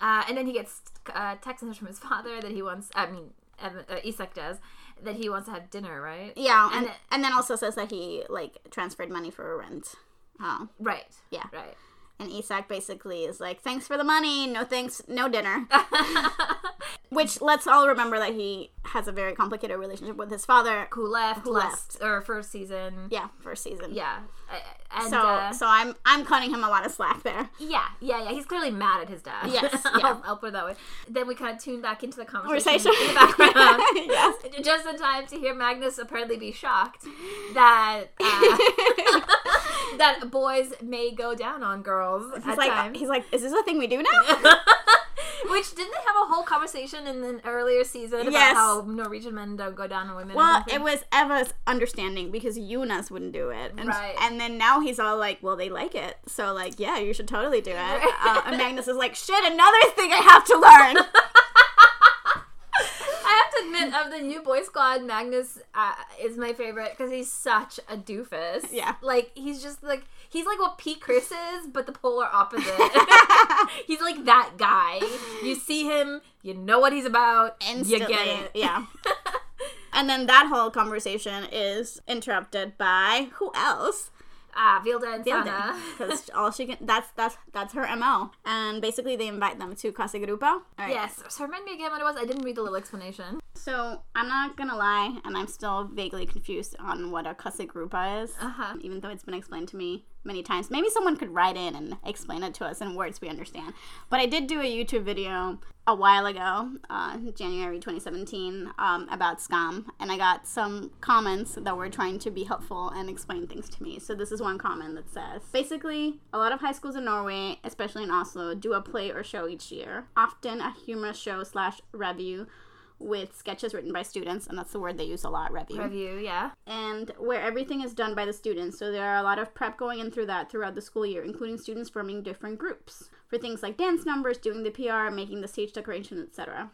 Speaker 1: Uh, and then he gets uh, text message from his (laughs) father that he wants. I mean, Evan, uh, Isak does that he wants to have dinner, right?
Speaker 2: Yeah, and and then also says that he like transferred money for rent. Oh,
Speaker 1: Right.
Speaker 2: Yeah.
Speaker 1: Right.
Speaker 2: and Isak basically is like, "Thanks for the money, no thanks, no (laughs) dinner." Which let's all remember that he has a very complicated relationship with his father.
Speaker 1: Who left?
Speaker 2: Who
Speaker 1: last or first season?
Speaker 2: Yeah, first season.
Speaker 1: Yeah. Uh, And,
Speaker 2: So
Speaker 1: uh,
Speaker 2: so I'm I'm cutting him a lot of slack
Speaker 1: (laughs)
Speaker 2: there.
Speaker 1: Yeah, yeah, yeah. He's clearly mad at his dad. (laughs)
Speaker 2: Yes, yeah.
Speaker 1: I'll, I'll put it that way. Then we kind of tune back into the conversation
Speaker 2: Conversation.
Speaker 1: in the background,
Speaker 2: (laughs)
Speaker 1: (laughs)
Speaker 2: Yes.
Speaker 1: just in time to hear Magnus apparently be shocked that
Speaker 2: (laughs)
Speaker 1: uh, (laughs) that boys may go down on girls
Speaker 2: He's
Speaker 1: at
Speaker 2: like
Speaker 1: times.
Speaker 2: he's like, "Is this a thing we do now?"
Speaker 1: (laughs) Which didn't they have a whole conversation in an earlier season about
Speaker 2: Yes.
Speaker 1: how Norwegian men don't go down on women? or
Speaker 2: Well,
Speaker 1: something?
Speaker 2: it was Eva's understanding because Eunice wouldn't do it, and
Speaker 1: Right.
Speaker 2: and then now he's all like, "Well, they like it, so like, yeah, you should totally do it." Uh, and Magnus is like, "Shit, another thing I have to learn."
Speaker 1: I have to admit, of the new boy squad, Magnus uh, is my favorite because he's such a doofus.
Speaker 2: Yeah.
Speaker 1: like he's just like he's like what Pete Chris is, but the polar
Speaker 2: (laughs)
Speaker 1: opposite. he's like that guy. You see him, you know what he's about, and (laughs) you get
Speaker 2: Instantly,
Speaker 1: it. (laughs)
Speaker 2: yeah. and then that whole conversation is interrupted by who else?
Speaker 1: Ah, Vilda and Sana.
Speaker 2: Because all she can that's that's that's her mo. And basically, they invite them to Casa Grupo. All right.
Speaker 1: Yes. So remind me again what it was. I didn't read the little explanation.
Speaker 2: So I'm not gonna lie, and I'm still vaguely confused on what a casa grupa is,
Speaker 1: Uh-huh.
Speaker 2: even though it's been explained to me many times. Maybe someone could write in and explain it to us in words we understand. But I did do a YouTube video a while ago, uh, January 2017, um, about scam, and I got some comments that were trying to be helpful and explain things to me. So this is one comment that says, basically, a lot of high schools in Norway, especially in Oslo, do a play or show each year, often a humorous show slash review with sketches written by students, and that's the word they use a lot, review.
Speaker 1: Review. Yeah.
Speaker 2: And where everything is done by the students, so there are a lot of prep going in through that throughout the school year, including students forming different groups for things like dance numbers, doing the PR, making the stage decoration, etc.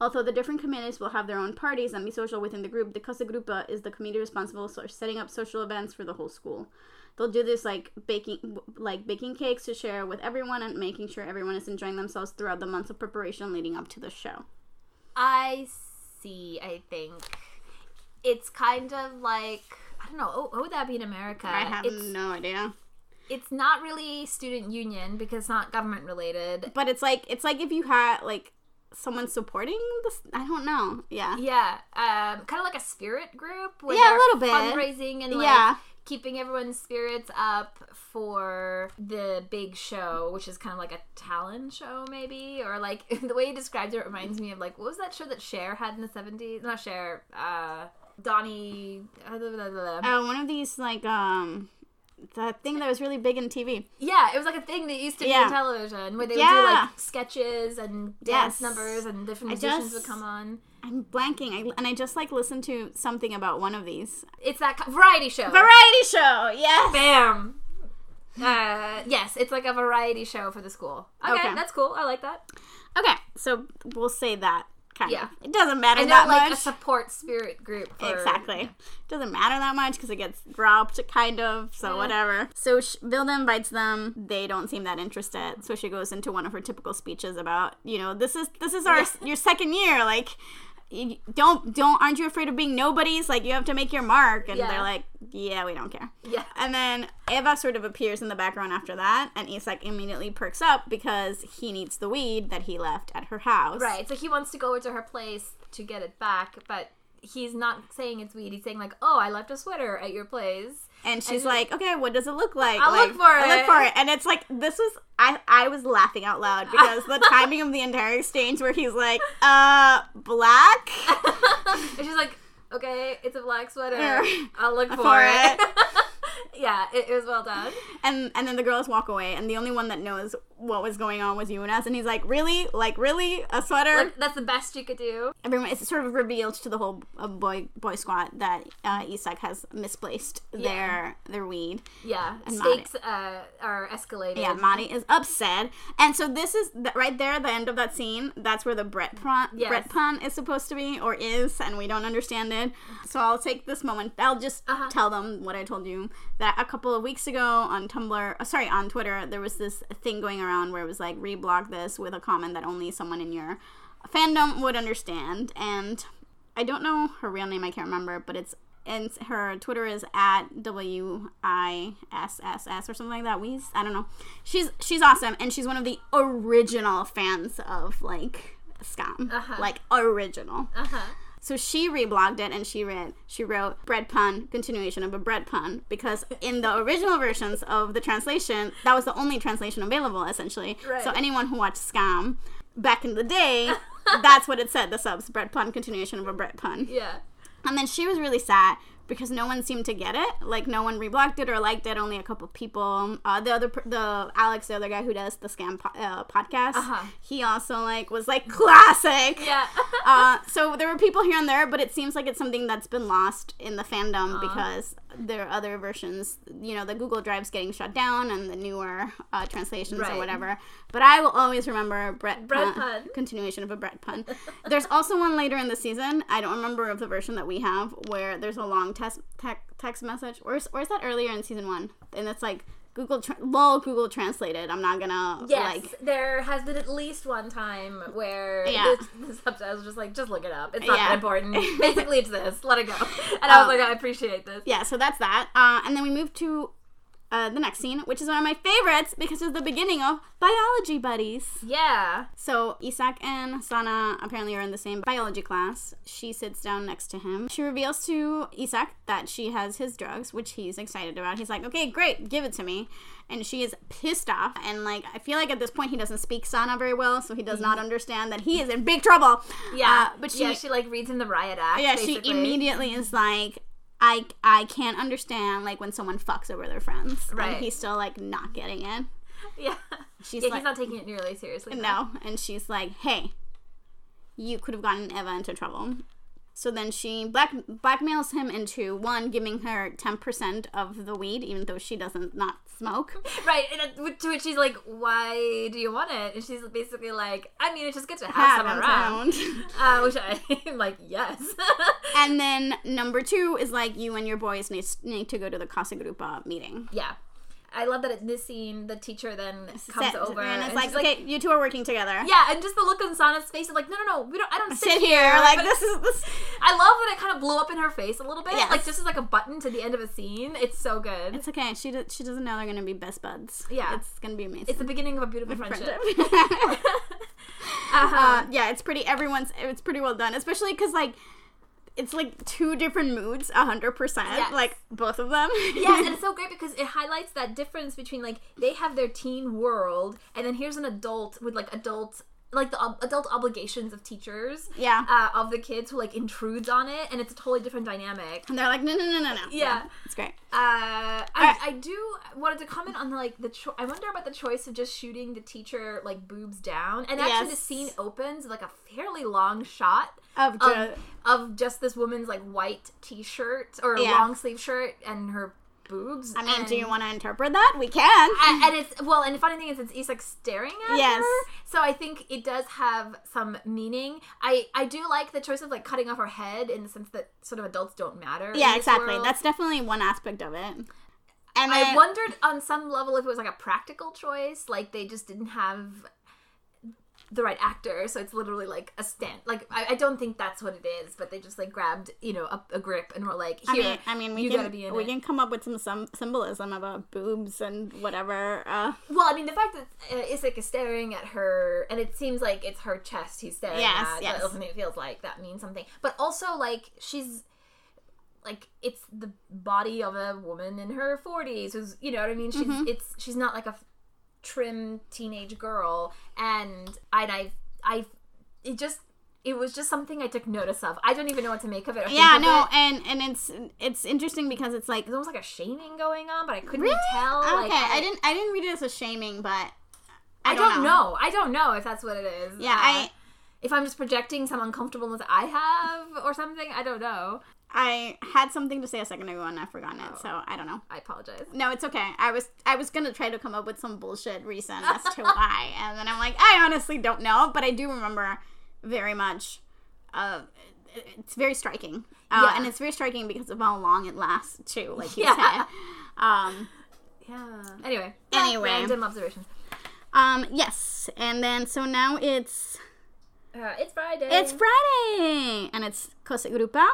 Speaker 2: Although the different committees will have their own parties and be social within the group, the Casa Grupa is the committee responsible for setting up social events for the whole school. They'll do this like baking, like baking cakes to share with everyone and making sure everyone is enjoying themselves throughout the months of preparation leading up to the show.
Speaker 1: I see. I think it's kind of like I don't know. Oh, what would that be in America?
Speaker 2: I have
Speaker 1: it's,
Speaker 2: no idea.
Speaker 1: it's not really student union because it's not government related.
Speaker 2: But it's like it's like if you had like someone supporting this. I don't know. Yeah.
Speaker 1: Yeah, um, kind of like a spirit group. Where
Speaker 2: Yeah, a
Speaker 1: they're
Speaker 2: little bit.
Speaker 1: fundraising and like
Speaker 2: Yeah.
Speaker 1: keeping everyone's spirits up for the big show, which is kind of like a talent show, maybe, or like (laughs) the way you described it reminds me of like what was that show that Cher had in the seventies? Not Cher, uh, Donnie. Uh, blah, blah, blah, blah.
Speaker 2: Uh, one of these like um, the thing that was really big in TV.
Speaker 1: Yeah, it was like a thing that used to be
Speaker 2: Yeah.
Speaker 1: on television where they would do
Speaker 2: Yeah.
Speaker 1: like sketches and
Speaker 2: Yes.
Speaker 1: dance numbers and different
Speaker 2: I
Speaker 1: musicians
Speaker 2: just-
Speaker 1: would come on.
Speaker 2: I'm blanking, I, and I just like listened to something about one of these
Speaker 1: It's that ki- variety show.
Speaker 2: variety show. Yes.
Speaker 1: Bam. Uh, yes, it's like a variety show for the school. Okay,
Speaker 2: Okay.
Speaker 1: that's cool. I like that.
Speaker 2: Okay, so we'll say that. Kind
Speaker 1: Yeah.
Speaker 2: of. It doesn't matter
Speaker 1: And
Speaker 2: that
Speaker 1: not like a
Speaker 2: much.
Speaker 1: support spirit group. For,
Speaker 2: Exactly. (laughs) Doesn't matter that much because it gets dropped, kind of, so
Speaker 1: Yeah.
Speaker 2: whatever. So sh- Vilda invites them. They don't seem that interested. So she goes into one of her typical speeches about, you know, this is this is our your second year. Like, you don't don't aren't you afraid of being nobodies? Like, you have to make your mark. And
Speaker 1: Yeah.
Speaker 2: they're like, yeah, we don't care.
Speaker 1: Yeah.
Speaker 2: And then Eva sort of appears in the background after that, and Isak immediately perks up because he needs the weed that he left at her house.
Speaker 1: Right. So he wants to go over to her place to get it back, but he's not saying it's weed. He's saying like, "Oh, I left a sweater at your place." (laughs)
Speaker 2: And she's like, okay, what does it look like?
Speaker 1: I'll
Speaker 2: like,
Speaker 1: look for
Speaker 2: I'll
Speaker 1: it."
Speaker 2: Look for it. And it's like this was I I was laughing out loud because
Speaker 1: (laughs)
Speaker 2: the timing of the entire exchange where he's like, uh,
Speaker 1: (laughs)
Speaker 2: black
Speaker 1: and she's like, "Okay, it's a black sweater.
Speaker 2: (laughs) Yeah.
Speaker 1: I'll look for,
Speaker 2: For
Speaker 1: it." yeah, it, it was well done.
Speaker 2: (laughs) and and then the girls walk away and the only one that knows what was going on with you and us, and he's like, really, like really, a sweater.
Speaker 1: Like, that's the best you could do.
Speaker 2: Everyone, it's sort of revealed to the whole uh, boy boy squad that uh, Isak has misplaced
Speaker 1: Yeah.
Speaker 2: their their weed.
Speaker 1: Yeah,
Speaker 2: And Monty.
Speaker 1: stakes uh, are escalated.
Speaker 2: Yeah, Monty is upset, and so this is th- right there the end of that scene. That's where the Brett pun,
Speaker 1: Yes.
Speaker 2: Brett pun is supposed to be, or is, and we don't understand it. So I'll take this moment. I'll just
Speaker 1: Uh-huh.
Speaker 2: tell them what I told you that a couple of weeks ago on Tumblr, uh, sorry, on Twitter, there was this thing going around where it was like reblog this with a comment that only someone in your fandom would understand, and I don't know her real name. I can't remember, but it's and her Twitter is at w i s s s or something like that. Weez. I don't know. She's she's awesome, and she's one of the original fans of like scam,
Speaker 1: Uh-huh.
Speaker 2: like original.
Speaker 1: Uh huh.
Speaker 2: So she reblogged it and she read she wrote bread pun continuation of a bread pun because in the original versions of the translation that was the only translation available essentially.
Speaker 1: Right.
Speaker 2: So anyone who watched Scam back in the day, (laughs) that's what it said the subs bread pun continuation of a bread pun.
Speaker 1: Yeah.
Speaker 2: And then she was really sad because no one seemed to get it. Like no one reblogged it or liked it. Only a couple people. Uh, the other, per- the Alex, the other guy who does the scam po- uh, podcast,
Speaker 1: Uh-huh.
Speaker 2: he also like was like classic.
Speaker 1: Yeah. (laughs)
Speaker 2: (laughs) uh, so there were people here and there, but it seems like it's something that's been lost in the fandom because there are other versions. You know, the Google Drive's getting shut down and the newer uh, translations
Speaker 1: Right.
Speaker 2: or whatever. But I will always remember Brett Brett
Speaker 1: Brett pun.
Speaker 2: pun. (laughs) Continuation of a Brett pun. there's also one later in the season. I don't remember of the version that we have where there's a long test tec- text message. Or is, or is that earlier in season one? And it's like Google tra- lol Google translated. I'm not gonna
Speaker 1: Yes,
Speaker 2: like
Speaker 1: there has been at least one time
Speaker 2: (laughs)
Speaker 1: where
Speaker 2: Yeah.
Speaker 1: the, the subtitles were just like, just look it up. It's not
Speaker 2: Yeah. (laughs)
Speaker 1: that important. Basically, it's this. Let it go. And I was
Speaker 2: Um,
Speaker 1: like, I appreciate this.
Speaker 2: yeah. So that's that. Uh, and then we move to. Uh, the next scene, which is one of my favorites because it's the beginning of Biology Buddies.
Speaker 1: Yeah.
Speaker 2: So, Isak and Sana apparently are in the same biology class. She sits down next to him. She reveals to Isak that she has his drugs, which he's excited about. He's like, okay, great, give it to me. And she is pissed off. And, like, I feel like at this point he doesn't speak Sana very well, so he does not understand that he is in big trouble.
Speaker 1: Mm-hmm. Yeah.
Speaker 2: Uh, but she,
Speaker 1: yeah, she like reads him the riot act.
Speaker 2: yeah, she
Speaker 1: basically.
Speaker 2: immediately is like, I, I can't understand, like, when someone fucks over their friends.
Speaker 1: Right.
Speaker 2: And he's still, like, not getting it.
Speaker 1: (laughs) Yeah.
Speaker 2: She's
Speaker 1: yeah,
Speaker 2: like,
Speaker 1: he's not taking it nearly seriously. though.
Speaker 2: no. And she's like, hey, you could have gotten Eva into trouble. So then she black blackmails him into one giving her ten percent of the weed, even though she doesn't not smoke.
Speaker 1: Right, and it- which- to which she's like, "Why do you want it?" And she's basically like, "I mean, it's just good to have someone around."
Speaker 2: Around.
Speaker 1: (laughs) Uh, which I'm like, "Yes." (laughs)
Speaker 2: and then number two is like you and your boys need, need to go to the Casa Grupa meeting.
Speaker 1: yeah, I love that in this scene, the teacher then comes
Speaker 2: Set-
Speaker 1: over
Speaker 2: and it's
Speaker 1: she's
Speaker 2: like, okay, you two are working together.
Speaker 1: yeah, and just the look on Sana's face is like, "No, no, no, we don't. I don't sit,
Speaker 2: Sit here, like
Speaker 1: But
Speaker 2: this is this.
Speaker 1: I love that it kind of blew up in her face a little bit.
Speaker 2: Yes.
Speaker 1: Like just as like a button to the end of a scene. It's so good. It's,
Speaker 2: It's okay. She do, she doesn't know they're gonna be best buds.
Speaker 1: Yeah.
Speaker 2: it's gonna be amazing.
Speaker 1: the beginning of a beautiful friendship.
Speaker 2: (laughs)
Speaker 1: (laughs)
Speaker 2: friendship.
Speaker 1: uh-huh.
Speaker 2: Uh, yeah, it's pretty. Everyone's it's pretty well done, especially because like it's like two different moods, a hundred
Speaker 1: Yes.
Speaker 2: percent. Like both of them. (laughs)
Speaker 1: Yes, and it's so great because it highlights that difference between like they have their teen world, and then here's an adult with like adult like the ob- adult obligations of teachers
Speaker 2: yeah.
Speaker 1: (laughs) uh, of the kids who like intrudes on it, and it's a totally different dynamic.
Speaker 2: and they're like, no, no, no, no, no.
Speaker 1: Yeah.
Speaker 2: it's great.
Speaker 1: Uh, I,
Speaker 2: right.
Speaker 1: I do wanted to comment on like the cho- I wonder about the choice of just shooting the teacher like boobs down, and actually the
Speaker 2: Yes.
Speaker 1: scene opens with, like a fairly long shot
Speaker 2: Of
Speaker 1: of,
Speaker 2: the-
Speaker 1: of just this woman's like white t-shirt or
Speaker 2: Yeah.
Speaker 1: long sleeve shirt and her boobs.
Speaker 2: I mean,
Speaker 1: and,
Speaker 2: do you want to interpret that? We can.
Speaker 1: and, and it's well, and the funny thing is, it's Isak staring at
Speaker 2: Yes.
Speaker 1: her. So I think it does have some meaning. I I do like the choice of like cutting off her head in the sense that sort of adults don't matter. in
Speaker 2: yeah,
Speaker 1: this
Speaker 2: exactly.
Speaker 1: world.
Speaker 2: That's definitely one aspect of it. And
Speaker 1: I
Speaker 2: then-
Speaker 1: wondered on some level if it was like a practical choice, like they just didn't have the right actor, so it's literally like a stunt. Like I, I don't think that's what it is, but they just like grabbed you know a, a grip and were like,
Speaker 2: I
Speaker 1: here,
Speaker 2: mean, I mean, we
Speaker 1: you
Speaker 2: can
Speaker 1: gotta be in
Speaker 2: we
Speaker 1: it.
Speaker 2: can come up with some, some symbolism about boobs and whatever. Uh,
Speaker 1: Well, I mean, the fact that uh, Isak is staring at her, and it seems like it's her chest he's staring
Speaker 2: Yes,
Speaker 1: at.
Speaker 2: yes.
Speaker 1: That it feels like that means something. But also, like she's, like it's the body of a woman in her forties. Who's you know what I mean? She's
Speaker 2: Mm-hmm.
Speaker 1: it's she's not like a f- trim teenage girl. And I and I I it just it was just something I took notice of. I don't even know what to make of it. or think
Speaker 2: yeah,
Speaker 1: of
Speaker 2: no,
Speaker 1: it.
Speaker 2: and and it's it's interesting because it's like
Speaker 1: There's almost like a shaming going on, but I couldn't
Speaker 2: Really?
Speaker 1: tell.
Speaker 2: Okay,
Speaker 1: like,
Speaker 2: I, didn't I didn't read it as a shaming, but I,
Speaker 1: I don't, know. I don't know if that's what it is.
Speaker 2: Yeah,
Speaker 1: Uh,
Speaker 2: I
Speaker 1: if I'm just projecting some uncomfortableness I have or something, I don't know.
Speaker 2: I had something to say a second ago and I've forgotten it, so I don't know.
Speaker 1: I apologize.
Speaker 2: No, it's okay. I was I was gonna try to come up with some bullshit reason as (laughs) to why, and then I'm like, I honestly don't know, but I do remember very much. Uh, it- it's very striking, uh,
Speaker 1: Yeah.
Speaker 2: and it's very striking because of how long it lasts too. Like you
Speaker 1: Yeah.
Speaker 2: said, um,
Speaker 1: Yeah. Anyway.
Speaker 2: Anyway.
Speaker 1: Random observations.
Speaker 2: um, yes, and then so now it's
Speaker 1: Uh, it's Friday.
Speaker 2: it's Friday, and it's Cosa Grupa.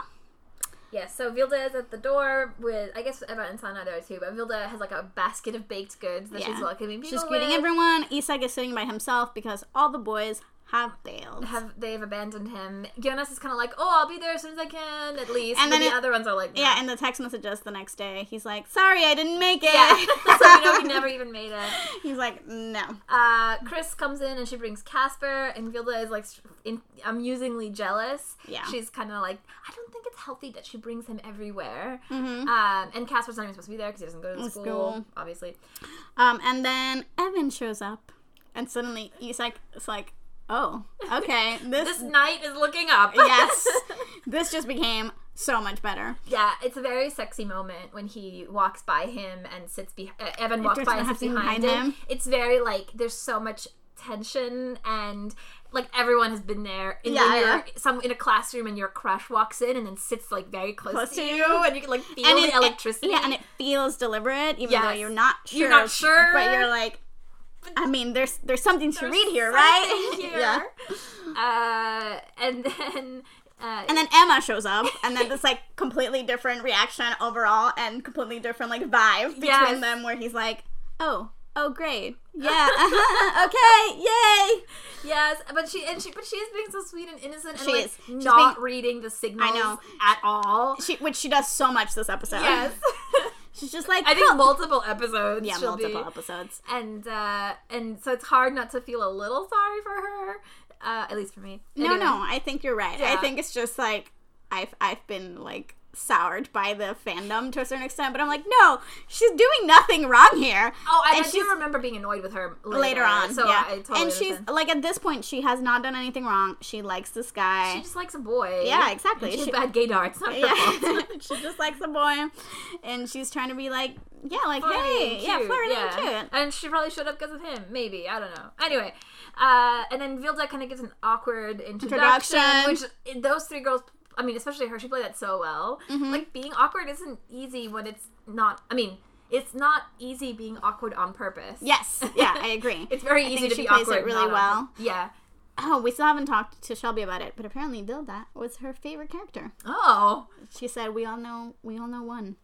Speaker 1: Yes, so Vilda is at the door with, I guess Eva and Sana are there too, but Vilda has like a basket of baked goods that she's
Speaker 2: Yeah.
Speaker 1: welcoming people
Speaker 2: She's greeting
Speaker 1: with.
Speaker 2: everyone. Isak is sitting by himself because all the boys have bailed.
Speaker 1: Have they've abandoned him? Jonas is kind of like, oh, I'll be there as soon as I can, at least.
Speaker 2: And
Speaker 1: And
Speaker 2: then
Speaker 1: then the
Speaker 2: it-
Speaker 1: other ones are like, no.
Speaker 2: Yeah, and the text messages the next day, he's like, "Sorry, I didn't make it."
Speaker 1: yeah. (laughs) so
Speaker 2: (laughs)
Speaker 1: we know we never even made it.
Speaker 2: He's like, "No."
Speaker 1: Uh, Chris comes in and she brings Casper, and Vilda is like s- in, amusingly jealous.
Speaker 2: Yeah.
Speaker 1: she's kind of like, I don't think it's healthy that she brings him everywhere.
Speaker 2: Mhm.
Speaker 1: Um, and Casper's not even supposed to be there because he doesn't go to the
Speaker 2: Let's
Speaker 1: school,
Speaker 2: go.
Speaker 1: obviously.
Speaker 2: Um, and then Evan shows up, and suddenly he's like, "It's like, oh,
Speaker 1: (laughs)
Speaker 2: okay, this,
Speaker 1: This knight is looking up. (laughs)
Speaker 2: yes, this just became so much better."
Speaker 1: yeah. It's a very sexy moment when he walks by him and sits. Be- uh, Evan walks
Speaker 2: Just
Speaker 1: by and sits
Speaker 2: laughing
Speaker 1: behind,
Speaker 2: behind
Speaker 1: him.
Speaker 2: him.
Speaker 1: It's very like there's so much tension and. Like everyone has been there in,
Speaker 2: Yeah,
Speaker 1: in your-
Speaker 2: yeah.
Speaker 1: some in a classroom, and your crush walks in and then sits like very close,
Speaker 2: Close
Speaker 1: to
Speaker 2: to
Speaker 1: you,
Speaker 2: you.
Speaker 1: and you can like feel
Speaker 2: And
Speaker 1: the
Speaker 2: it-
Speaker 1: electricity.
Speaker 2: Yeah, and it feels deliberate, even though
Speaker 1: Yes.
Speaker 2: you're not sure.
Speaker 1: You're not sure.
Speaker 2: but you're like, I mean, there's there's something to
Speaker 1: There's
Speaker 2: read here,
Speaker 1: something
Speaker 2: right? (laughs)
Speaker 1: here.
Speaker 2: yeah.
Speaker 1: Uh, and then. Uh,
Speaker 2: And then Emma shows up, and then this like completely different reaction overall, and completely different like vibe between
Speaker 1: Yes.
Speaker 2: them, where he's like, "Oh, oh, great, yeah,
Speaker 1: (laughs)
Speaker 2: okay, yay."
Speaker 1: yes, but she and she, but she is being so sweet and innocent, and
Speaker 2: She
Speaker 1: like
Speaker 2: is. She's
Speaker 1: not
Speaker 2: being-
Speaker 1: reading the signals.
Speaker 2: I know.
Speaker 1: at all. (laughs)
Speaker 2: She, which she does so much this episode.
Speaker 1: Yes, (laughs)
Speaker 2: she's just like,
Speaker 1: I
Speaker 2: (laughs)
Speaker 1: think
Speaker 2: "Cool."
Speaker 1: multiple episodes.
Speaker 2: yeah,
Speaker 1: she'll
Speaker 2: multiple
Speaker 1: be-
Speaker 2: episodes.
Speaker 1: And uh, and so it's hard not to feel a little sorry for her, uh, at least for me.
Speaker 2: No,
Speaker 1: Anyway.
Speaker 2: no, I think you're right. I
Speaker 1: Yeah.
Speaker 2: think it's just like I've I've been like soured by the fandom to a certain extent, but I'm like, no, she's doing nothing wrong here.
Speaker 1: Oh, and,
Speaker 2: And
Speaker 1: I do
Speaker 2: she's-
Speaker 1: remember being annoyed with her later,
Speaker 2: later on.
Speaker 1: So
Speaker 2: yeah.
Speaker 1: I totally
Speaker 2: and she's
Speaker 1: understand.
Speaker 2: like at this point she has not done anything wrong. She likes this guy.
Speaker 1: she just likes a boy.
Speaker 2: Yeah, exactly.
Speaker 1: She's
Speaker 2: She-
Speaker 1: bad gaydar. It's not
Speaker 2: (laughs)
Speaker 1: her
Speaker 2: yeah,
Speaker 1: fault.
Speaker 2: she just likes the boy, and she's trying to be like, yeah, like
Speaker 1: flirty
Speaker 2: hey,
Speaker 1: and
Speaker 2: yeah,
Speaker 1: cute,
Speaker 2: flirty
Speaker 1: yeah.
Speaker 2: and cute.
Speaker 1: And she probably showed up because of him, maybe. I don't know. Anyway, uh, and then Vilda kind of gives an awkward introduction,
Speaker 2: Introduction.
Speaker 1: which eh, those three girls. I mean, especially her, she played that so well.
Speaker 2: Mm-hmm.
Speaker 1: Like being awkward isn't easy when it's not. I mean, it's not easy being awkward on purpose. (laughs)
Speaker 2: Yes, yeah, I agree.
Speaker 1: it's very easy
Speaker 2: think
Speaker 1: to
Speaker 2: she
Speaker 1: be
Speaker 2: plays
Speaker 1: awkward.
Speaker 2: it really
Speaker 1: not
Speaker 2: well.
Speaker 1: on- yeah.
Speaker 2: oh, we still haven't talked to Shelby about it, but apparently Vilda was her favorite character.
Speaker 1: Oh,
Speaker 2: She said, "We all know, we all know one."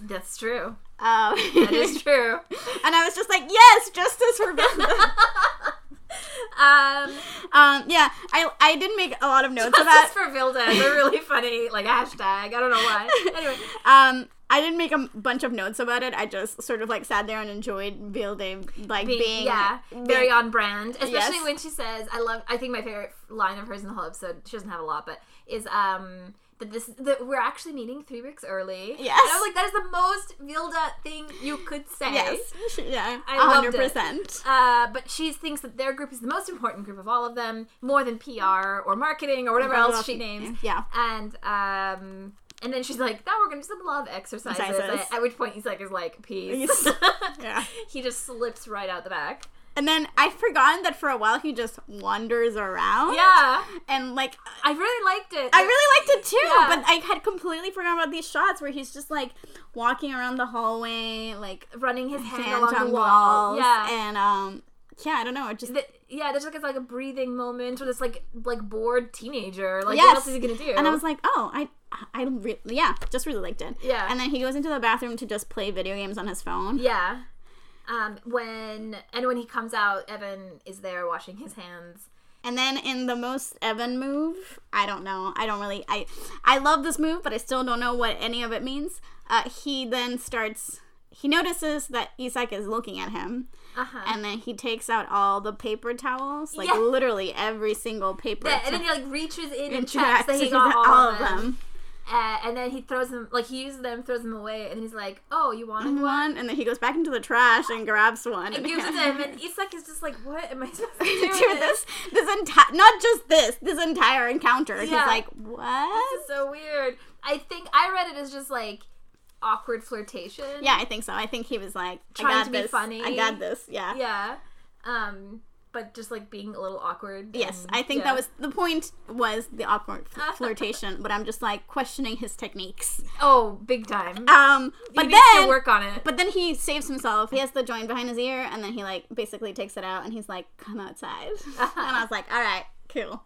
Speaker 1: that's true.
Speaker 2: Um, (laughs)
Speaker 1: That is true.
Speaker 2: and I was just like, yes, justice for
Speaker 1: (laughs)
Speaker 2: Vilda.
Speaker 1: Um,
Speaker 2: um, yeah, I I didn't make a lot of notes
Speaker 1: so
Speaker 2: about
Speaker 1: that's for Vilda. It's a really funny like hashtag. I
Speaker 2: (laughs)
Speaker 1: don't know why. Anyway,
Speaker 2: Um, I didn't make a m- bunch of notes about it. I just sort of like sat there and enjoyed building, like being,
Speaker 1: being, yeah, very
Speaker 2: being-
Speaker 1: on brand. Especially
Speaker 2: Yes.
Speaker 1: when she says, "I love." I think my favorite line of hers in the whole episode. She doesn't have a lot, but is um that this that we're actually meeting three weeks early.
Speaker 2: Yes.
Speaker 1: and I was like, that is the most Vilda thing you could say.
Speaker 2: yes, (laughs) yeah,
Speaker 1: I
Speaker 2: hundred
Speaker 1: loved it.
Speaker 2: percent.
Speaker 1: Uh, but she thinks that their group is the most important group of all of them, more than PR or marketing or whatever else she names.
Speaker 2: Yeah,
Speaker 1: And um, and then she's like, "Now we're gonna do some love exercises."
Speaker 2: Exercises.
Speaker 1: At, at which point, Isak is like, "Peace."
Speaker 2: Yes. (laughs) yeah.
Speaker 1: (laughs) he just slips right out the back.
Speaker 2: And then I've forgotten that for a while he just wanders around.
Speaker 1: Yeah.
Speaker 2: and like
Speaker 1: I really liked it.
Speaker 2: I really liked it too,
Speaker 1: Yeah.
Speaker 2: but I had completely forgotten about these shots where he's just like walking around the hallway, like
Speaker 1: running his hand,
Speaker 2: hands
Speaker 1: along
Speaker 2: on
Speaker 1: the wall.
Speaker 2: walls,
Speaker 1: Yeah.
Speaker 2: and um, yeah, I don't know, it just
Speaker 1: The- yeah, there's like it's like a breathing moment with this like like bored teenager. Like
Speaker 2: Yes.
Speaker 1: what else is he gonna do?
Speaker 2: And I was like, oh, I, I really, yeah, just really liked it.
Speaker 1: Yeah.
Speaker 2: And then he goes into the bathroom to just play video games on his phone.
Speaker 1: yeah. Um, when and when he comes out, Evan is there washing his hands.
Speaker 2: And then in the most Evan move, I don't know. I don't really. I, I love this move, but I still don't know what any of it means. Uh, he then starts. He notices that Isak is looking at him,
Speaker 1: Uh huh.
Speaker 2: and then he takes out all the paper towels, like
Speaker 1: Yeah.
Speaker 2: literally every single paper.
Speaker 1: And,
Speaker 2: towel
Speaker 1: then he like reaches in and,
Speaker 2: and (laughs)
Speaker 1: checks that
Speaker 2: checks
Speaker 1: he
Speaker 2: he's
Speaker 1: got
Speaker 2: at
Speaker 1: all, of them. Uh, and then he throws them, like he uses them, throws them away, and he's like, "Oh,
Speaker 2: (laughs)
Speaker 1: you want one?"
Speaker 2: one, and then he goes back into the trash and grabs one (laughs)
Speaker 1: And gives it to him, and Isak is just like, "What am I supposed to do
Speaker 2: Dude,
Speaker 1: with
Speaker 2: this this entire not just this this entire encounter. He's
Speaker 1: Yeah.
Speaker 2: like, what?
Speaker 1: This is so weird." I think I read it as just like awkward flirtation.
Speaker 2: Yeah, I think so. I think he was like,
Speaker 1: Trying
Speaker 2: I got
Speaker 1: to be
Speaker 2: this.
Speaker 1: funny.
Speaker 2: I got this. Yeah.
Speaker 1: yeah. Um, but just like being a little awkward.
Speaker 2: Yes,
Speaker 1: and-
Speaker 2: I think
Speaker 1: yeah.
Speaker 2: that was the point. Was the
Speaker 1: (laughs)
Speaker 2: awkward f- flirtation, but I'm just like questioning his techniques.
Speaker 1: Oh, big time.
Speaker 2: Um,
Speaker 1: he
Speaker 2: but
Speaker 1: needs
Speaker 2: then,
Speaker 1: to work on it.
Speaker 2: but then he saves himself. He has the joint behind his ear, and then he like basically takes it out, and he's like, "Come outside."
Speaker 1: Uh-huh.
Speaker 2: and I was like, "All right, cool."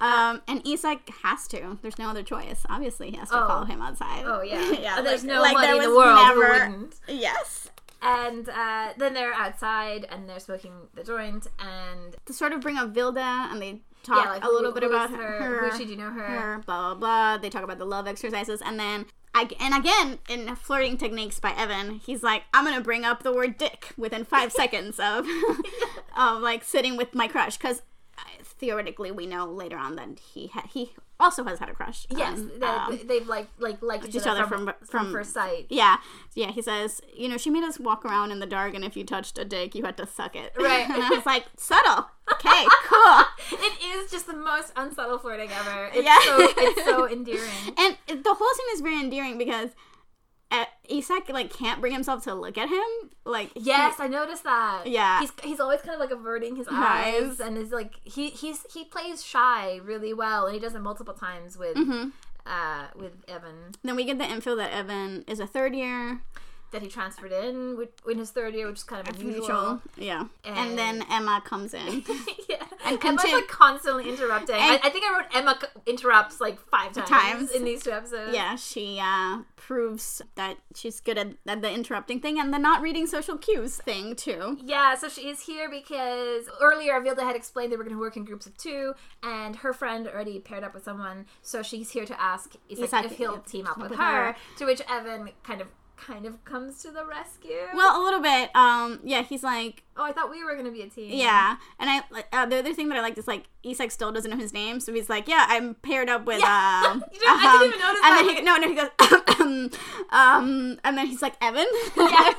Speaker 2: Um, and Isak has to. There's no other choice. Obviously, he has to
Speaker 1: Oh.
Speaker 2: follow him outside.
Speaker 1: Oh yeah,
Speaker 2: (laughs) yeah.
Speaker 1: There's
Speaker 2: like-
Speaker 1: nobody
Speaker 2: like, there
Speaker 1: in the
Speaker 2: was
Speaker 1: world
Speaker 2: never-
Speaker 1: who wouldn't.
Speaker 2: Yes.
Speaker 1: And uh, then they're outside and they're smoking the joint and
Speaker 2: to sort of bring up Vilda and they talk
Speaker 1: like,
Speaker 2: a
Speaker 1: who-
Speaker 2: little bit
Speaker 1: who
Speaker 2: about
Speaker 1: is
Speaker 2: her,
Speaker 1: her? Who should you know her?
Speaker 2: her, blah blah blah. They talk about the love exercises and then I, and again in flirting techniques by Evan, he's like, I'm gonna bring up the word dick within
Speaker 1: (laughs)
Speaker 2: five seconds of (laughs) of like sitting with my crush because theoretically we know later on that he ha- he also has had a crush.
Speaker 1: yes,
Speaker 2: on,
Speaker 1: they,
Speaker 2: um,
Speaker 1: they've like like liked each, other from from,
Speaker 2: from-
Speaker 1: first
Speaker 2: (laughs)
Speaker 1: sight.
Speaker 2: yeah, yeah. He says, you know, she made us walk around in the dark, and if you touched a dick, you had to suck it. (laughs)
Speaker 1: Right.
Speaker 2: and I was like, subtle. Okay,
Speaker 1: (laughs)
Speaker 2: cool.
Speaker 1: It is just the most unsubtle flirting ever. It's
Speaker 2: Yeah.
Speaker 1: so
Speaker 2: (laughs)
Speaker 1: it's so endearing.
Speaker 2: And the whole scene is very endearing because uh, Isak like can't bring himself to look at him. Like he-
Speaker 1: Yes, I noticed that.
Speaker 2: Yeah.
Speaker 1: he's he's always kind of like averting his eyes,
Speaker 2: Eyes.
Speaker 1: and is like he he's he plays shy really well, and he does it multiple times with
Speaker 2: Mm-hmm.
Speaker 1: uh with Evan.
Speaker 2: then we get the info that Evan is a third year
Speaker 1: that he transferred in with- in his third year, which is kind of unusual.
Speaker 2: mutual. Yeah.
Speaker 1: And-
Speaker 2: And, then Emma comes in
Speaker 1: (laughs) yeah, and Emma's
Speaker 2: contin-
Speaker 1: like constantly interrupting. I,
Speaker 2: And-
Speaker 1: I think I wrote Emma c- interrupts like five times,
Speaker 2: Times.
Speaker 1: in these two episodes.
Speaker 2: yeah she uh proves that she's good at, at the interrupting thing and the not reading social cues thing too
Speaker 1: Yeah, so she is here because earlier Avilda had explained they were going to work in groups of two, and her friend already paired up with someone, so she's here to ask Isak
Speaker 2: Isak
Speaker 1: if he'll
Speaker 2: if-
Speaker 1: team up with
Speaker 2: with
Speaker 1: her,
Speaker 2: her.
Speaker 1: To which Evan kind of kind of comes to the rescue.
Speaker 2: well a little bit um yeah he's like
Speaker 1: oh, I thought we were going to be a team.
Speaker 2: Yeah,
Speaker 1: Mm-hmm.
Speaker 2: and I uh, the other thing that I liked is like Isak still doesn't know his name, so he's like, "Yeah, I'm paired up with."
Speaker 1: Yeah.
Speaker 2: Um,
Speaker 1: (laughs) You didn't- I didn't even
Speaker 2: um,
Speaker 1: notice
Speaker 2: And
Speaker 1: that.
Speaker 2: then he, no, no, he goes, (coughs) um, and then he's like, "Evan."
Speaker 1: (laughs)
Speaker 2: (laughs)
Speaker 1: yeah. (laughs)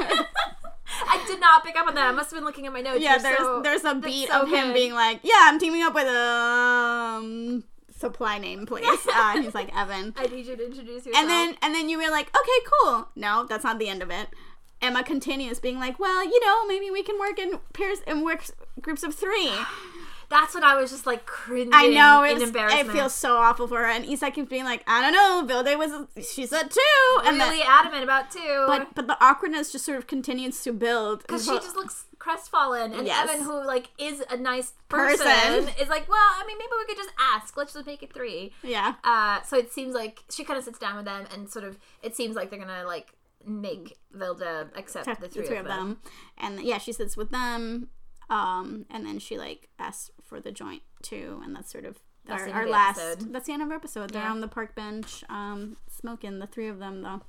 Speaker 1: I did not pick up on that. I must have been looking at my notes.
Speaker 2: yeah.
Speaker 1: You're
Speaker 2: There's
Speaker 1: so-
Speaker 2: there's a
Speaker 1: that's
Speaker 2: beat
Speaker 1: so
Speaker 2: of him
Speaker 1: good.
Speaker 2: being like, "Yeah, I'm teaming up with um supply name, please."
Speaker 1: (laughs)
Speaker 2: Uh, and he's like, "Evan,"
Speaker 1: I need you to introduce yourself.
Speaker 2: and then and then you were like, "Okay, cool." No, that's not the end of it. Emma continues being like, "Well, you know, maybe we can work in pairs and work groups of three.
Speaker 1: that's when I was just like cringing.
Speaker 2: I know
Speaker 1: in
Speaker 2: it's, it
Speaker 1: embarrassment.
Speaker 2: feels so awful for her. And Isak keeps being like, I don't know, Vilde was she's at two, and
Speaker 1: really
Speaker 2: then,
Speaker 1: adamant about too.
Speaker 2: but but the awkwardness just sort of continues to build
Speaker 1: because she just looks crestfallen, and
Speaker 2: Uh-huh. Yes.
Speaker 1: Evan, who like is a nice person,
Speaker 2: Person.
Speaker 1: is like, well, I mean, maybe we could just ask. Let's just make it three.
Speaker 2: yeah.
Speaker 1: Uh, so it seems like she kind of sits down with them, and sort of it seems like they're gonna like make Vilda accept the three, of them.
Speaker 2: and yeah, she sits with them, um, and then she like asks for the joint too, and that's sort of
Speaker 1: the
Speaker 2: our,
Speaker 1: end of
Speaker 2: our
Speaker 1: the
Speaker 2: last.
Speaker 1: episode.
Speaker 2: That's the end of our episode. They're
Speaker 1: Yeah.
Speaker 2: on the park bench, um, smoking the three of them though.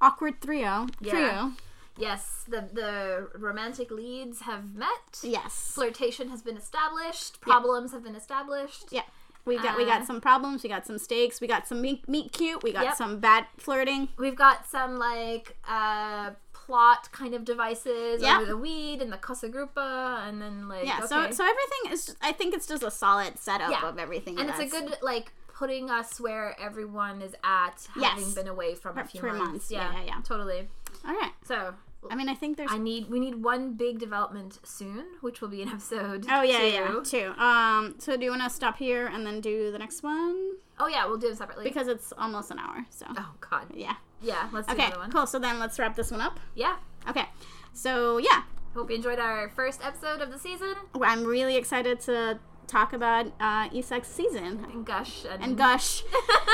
Speaker 2: Awkward trio,
Speaker 1: Yeah.
Speaker 2: trio,
Speaker 1: Yes, the the romantic leads have met.
Speaker 2: yes.
Speaker 1: Flirtation has been established. Problems have been established.
Speaker 2: Yeah. We got we
Speaker 1: Uh,
Speaker 2: got some problems, we got some stakes, we got some meet, meet cute, we got
Speaker 1: Yep.
Speaker 2: some bad flirting.
Speaker 1: We've got some like uh plot kind of devices
Speaker 2: Yeah.
Speaker 1: over the weed and the Casa Grupa and then like
Speaker 2: Yeah,
Speaker 1: okay.
Speaker 2: so so everything is I think it's just a solid setup
Speaker 1: Yeah.
Speaker 2: of everything.
Speaker 1: and it's a
Speaker 2: that's-
Speaker 1: good like putting us where everyone is at having
Speaker 2: Yes.
Speaker 1: been away from a few
Speaker 2: for
Speaker 1: months.
Speaker 2: months.
Speaker 1: Yeah,
Speaker 2: Yeah, yeah, yeah.
Speaker 1: Totally.
Speaker 2: All right.
Speaker 1: So
Speaker 2: I mean, I think there's
Speaker 1: I need we need one big development soon, which will be in (laughs) episode
Speaker 2: Oh yeah,
Speaker 1: two.
Speaker 2: yeah, two. Um so do you want to stop here and then do the next one
Speaker 1: Oh yeah, we'll do them separately.
Speaker 2: because it's almost an hour. So
Speaker 1: oh god.
Speaker 2: yeah.
Speaker 1: Yeah, let's do
Speaker 2: Okay.
Speaker 1: another one.
Speaker 2: Cool. So then let's wrap this one up.
Speaker 1: Yeah.
Speaker 2: Okay. So yeah,
Speaker 1: Hope you enjoyed our first episode of the season.
Speaker 2: I'm really excited to talk about uh Isak's season
Speaker 1: And gush and,
Speaker 2: and gush.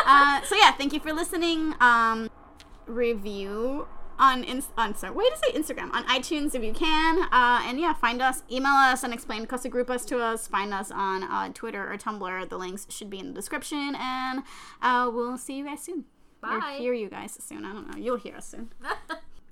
Speaker 2: uh, so yeah, thank you for listening. Um, review on Inst- on sorry, wait to say Instagram on iTunes if you can. Uh, and yeah, find us, email us, and explain Casa Grupas to us. Find us on uh, Twitter or Tumblr. The links should be in the description, and uh, we'll see you guys soon. Or
Speaker 1: Bye.
Speaker 2: hear you guys soon. I don't know. You'll hear us soon.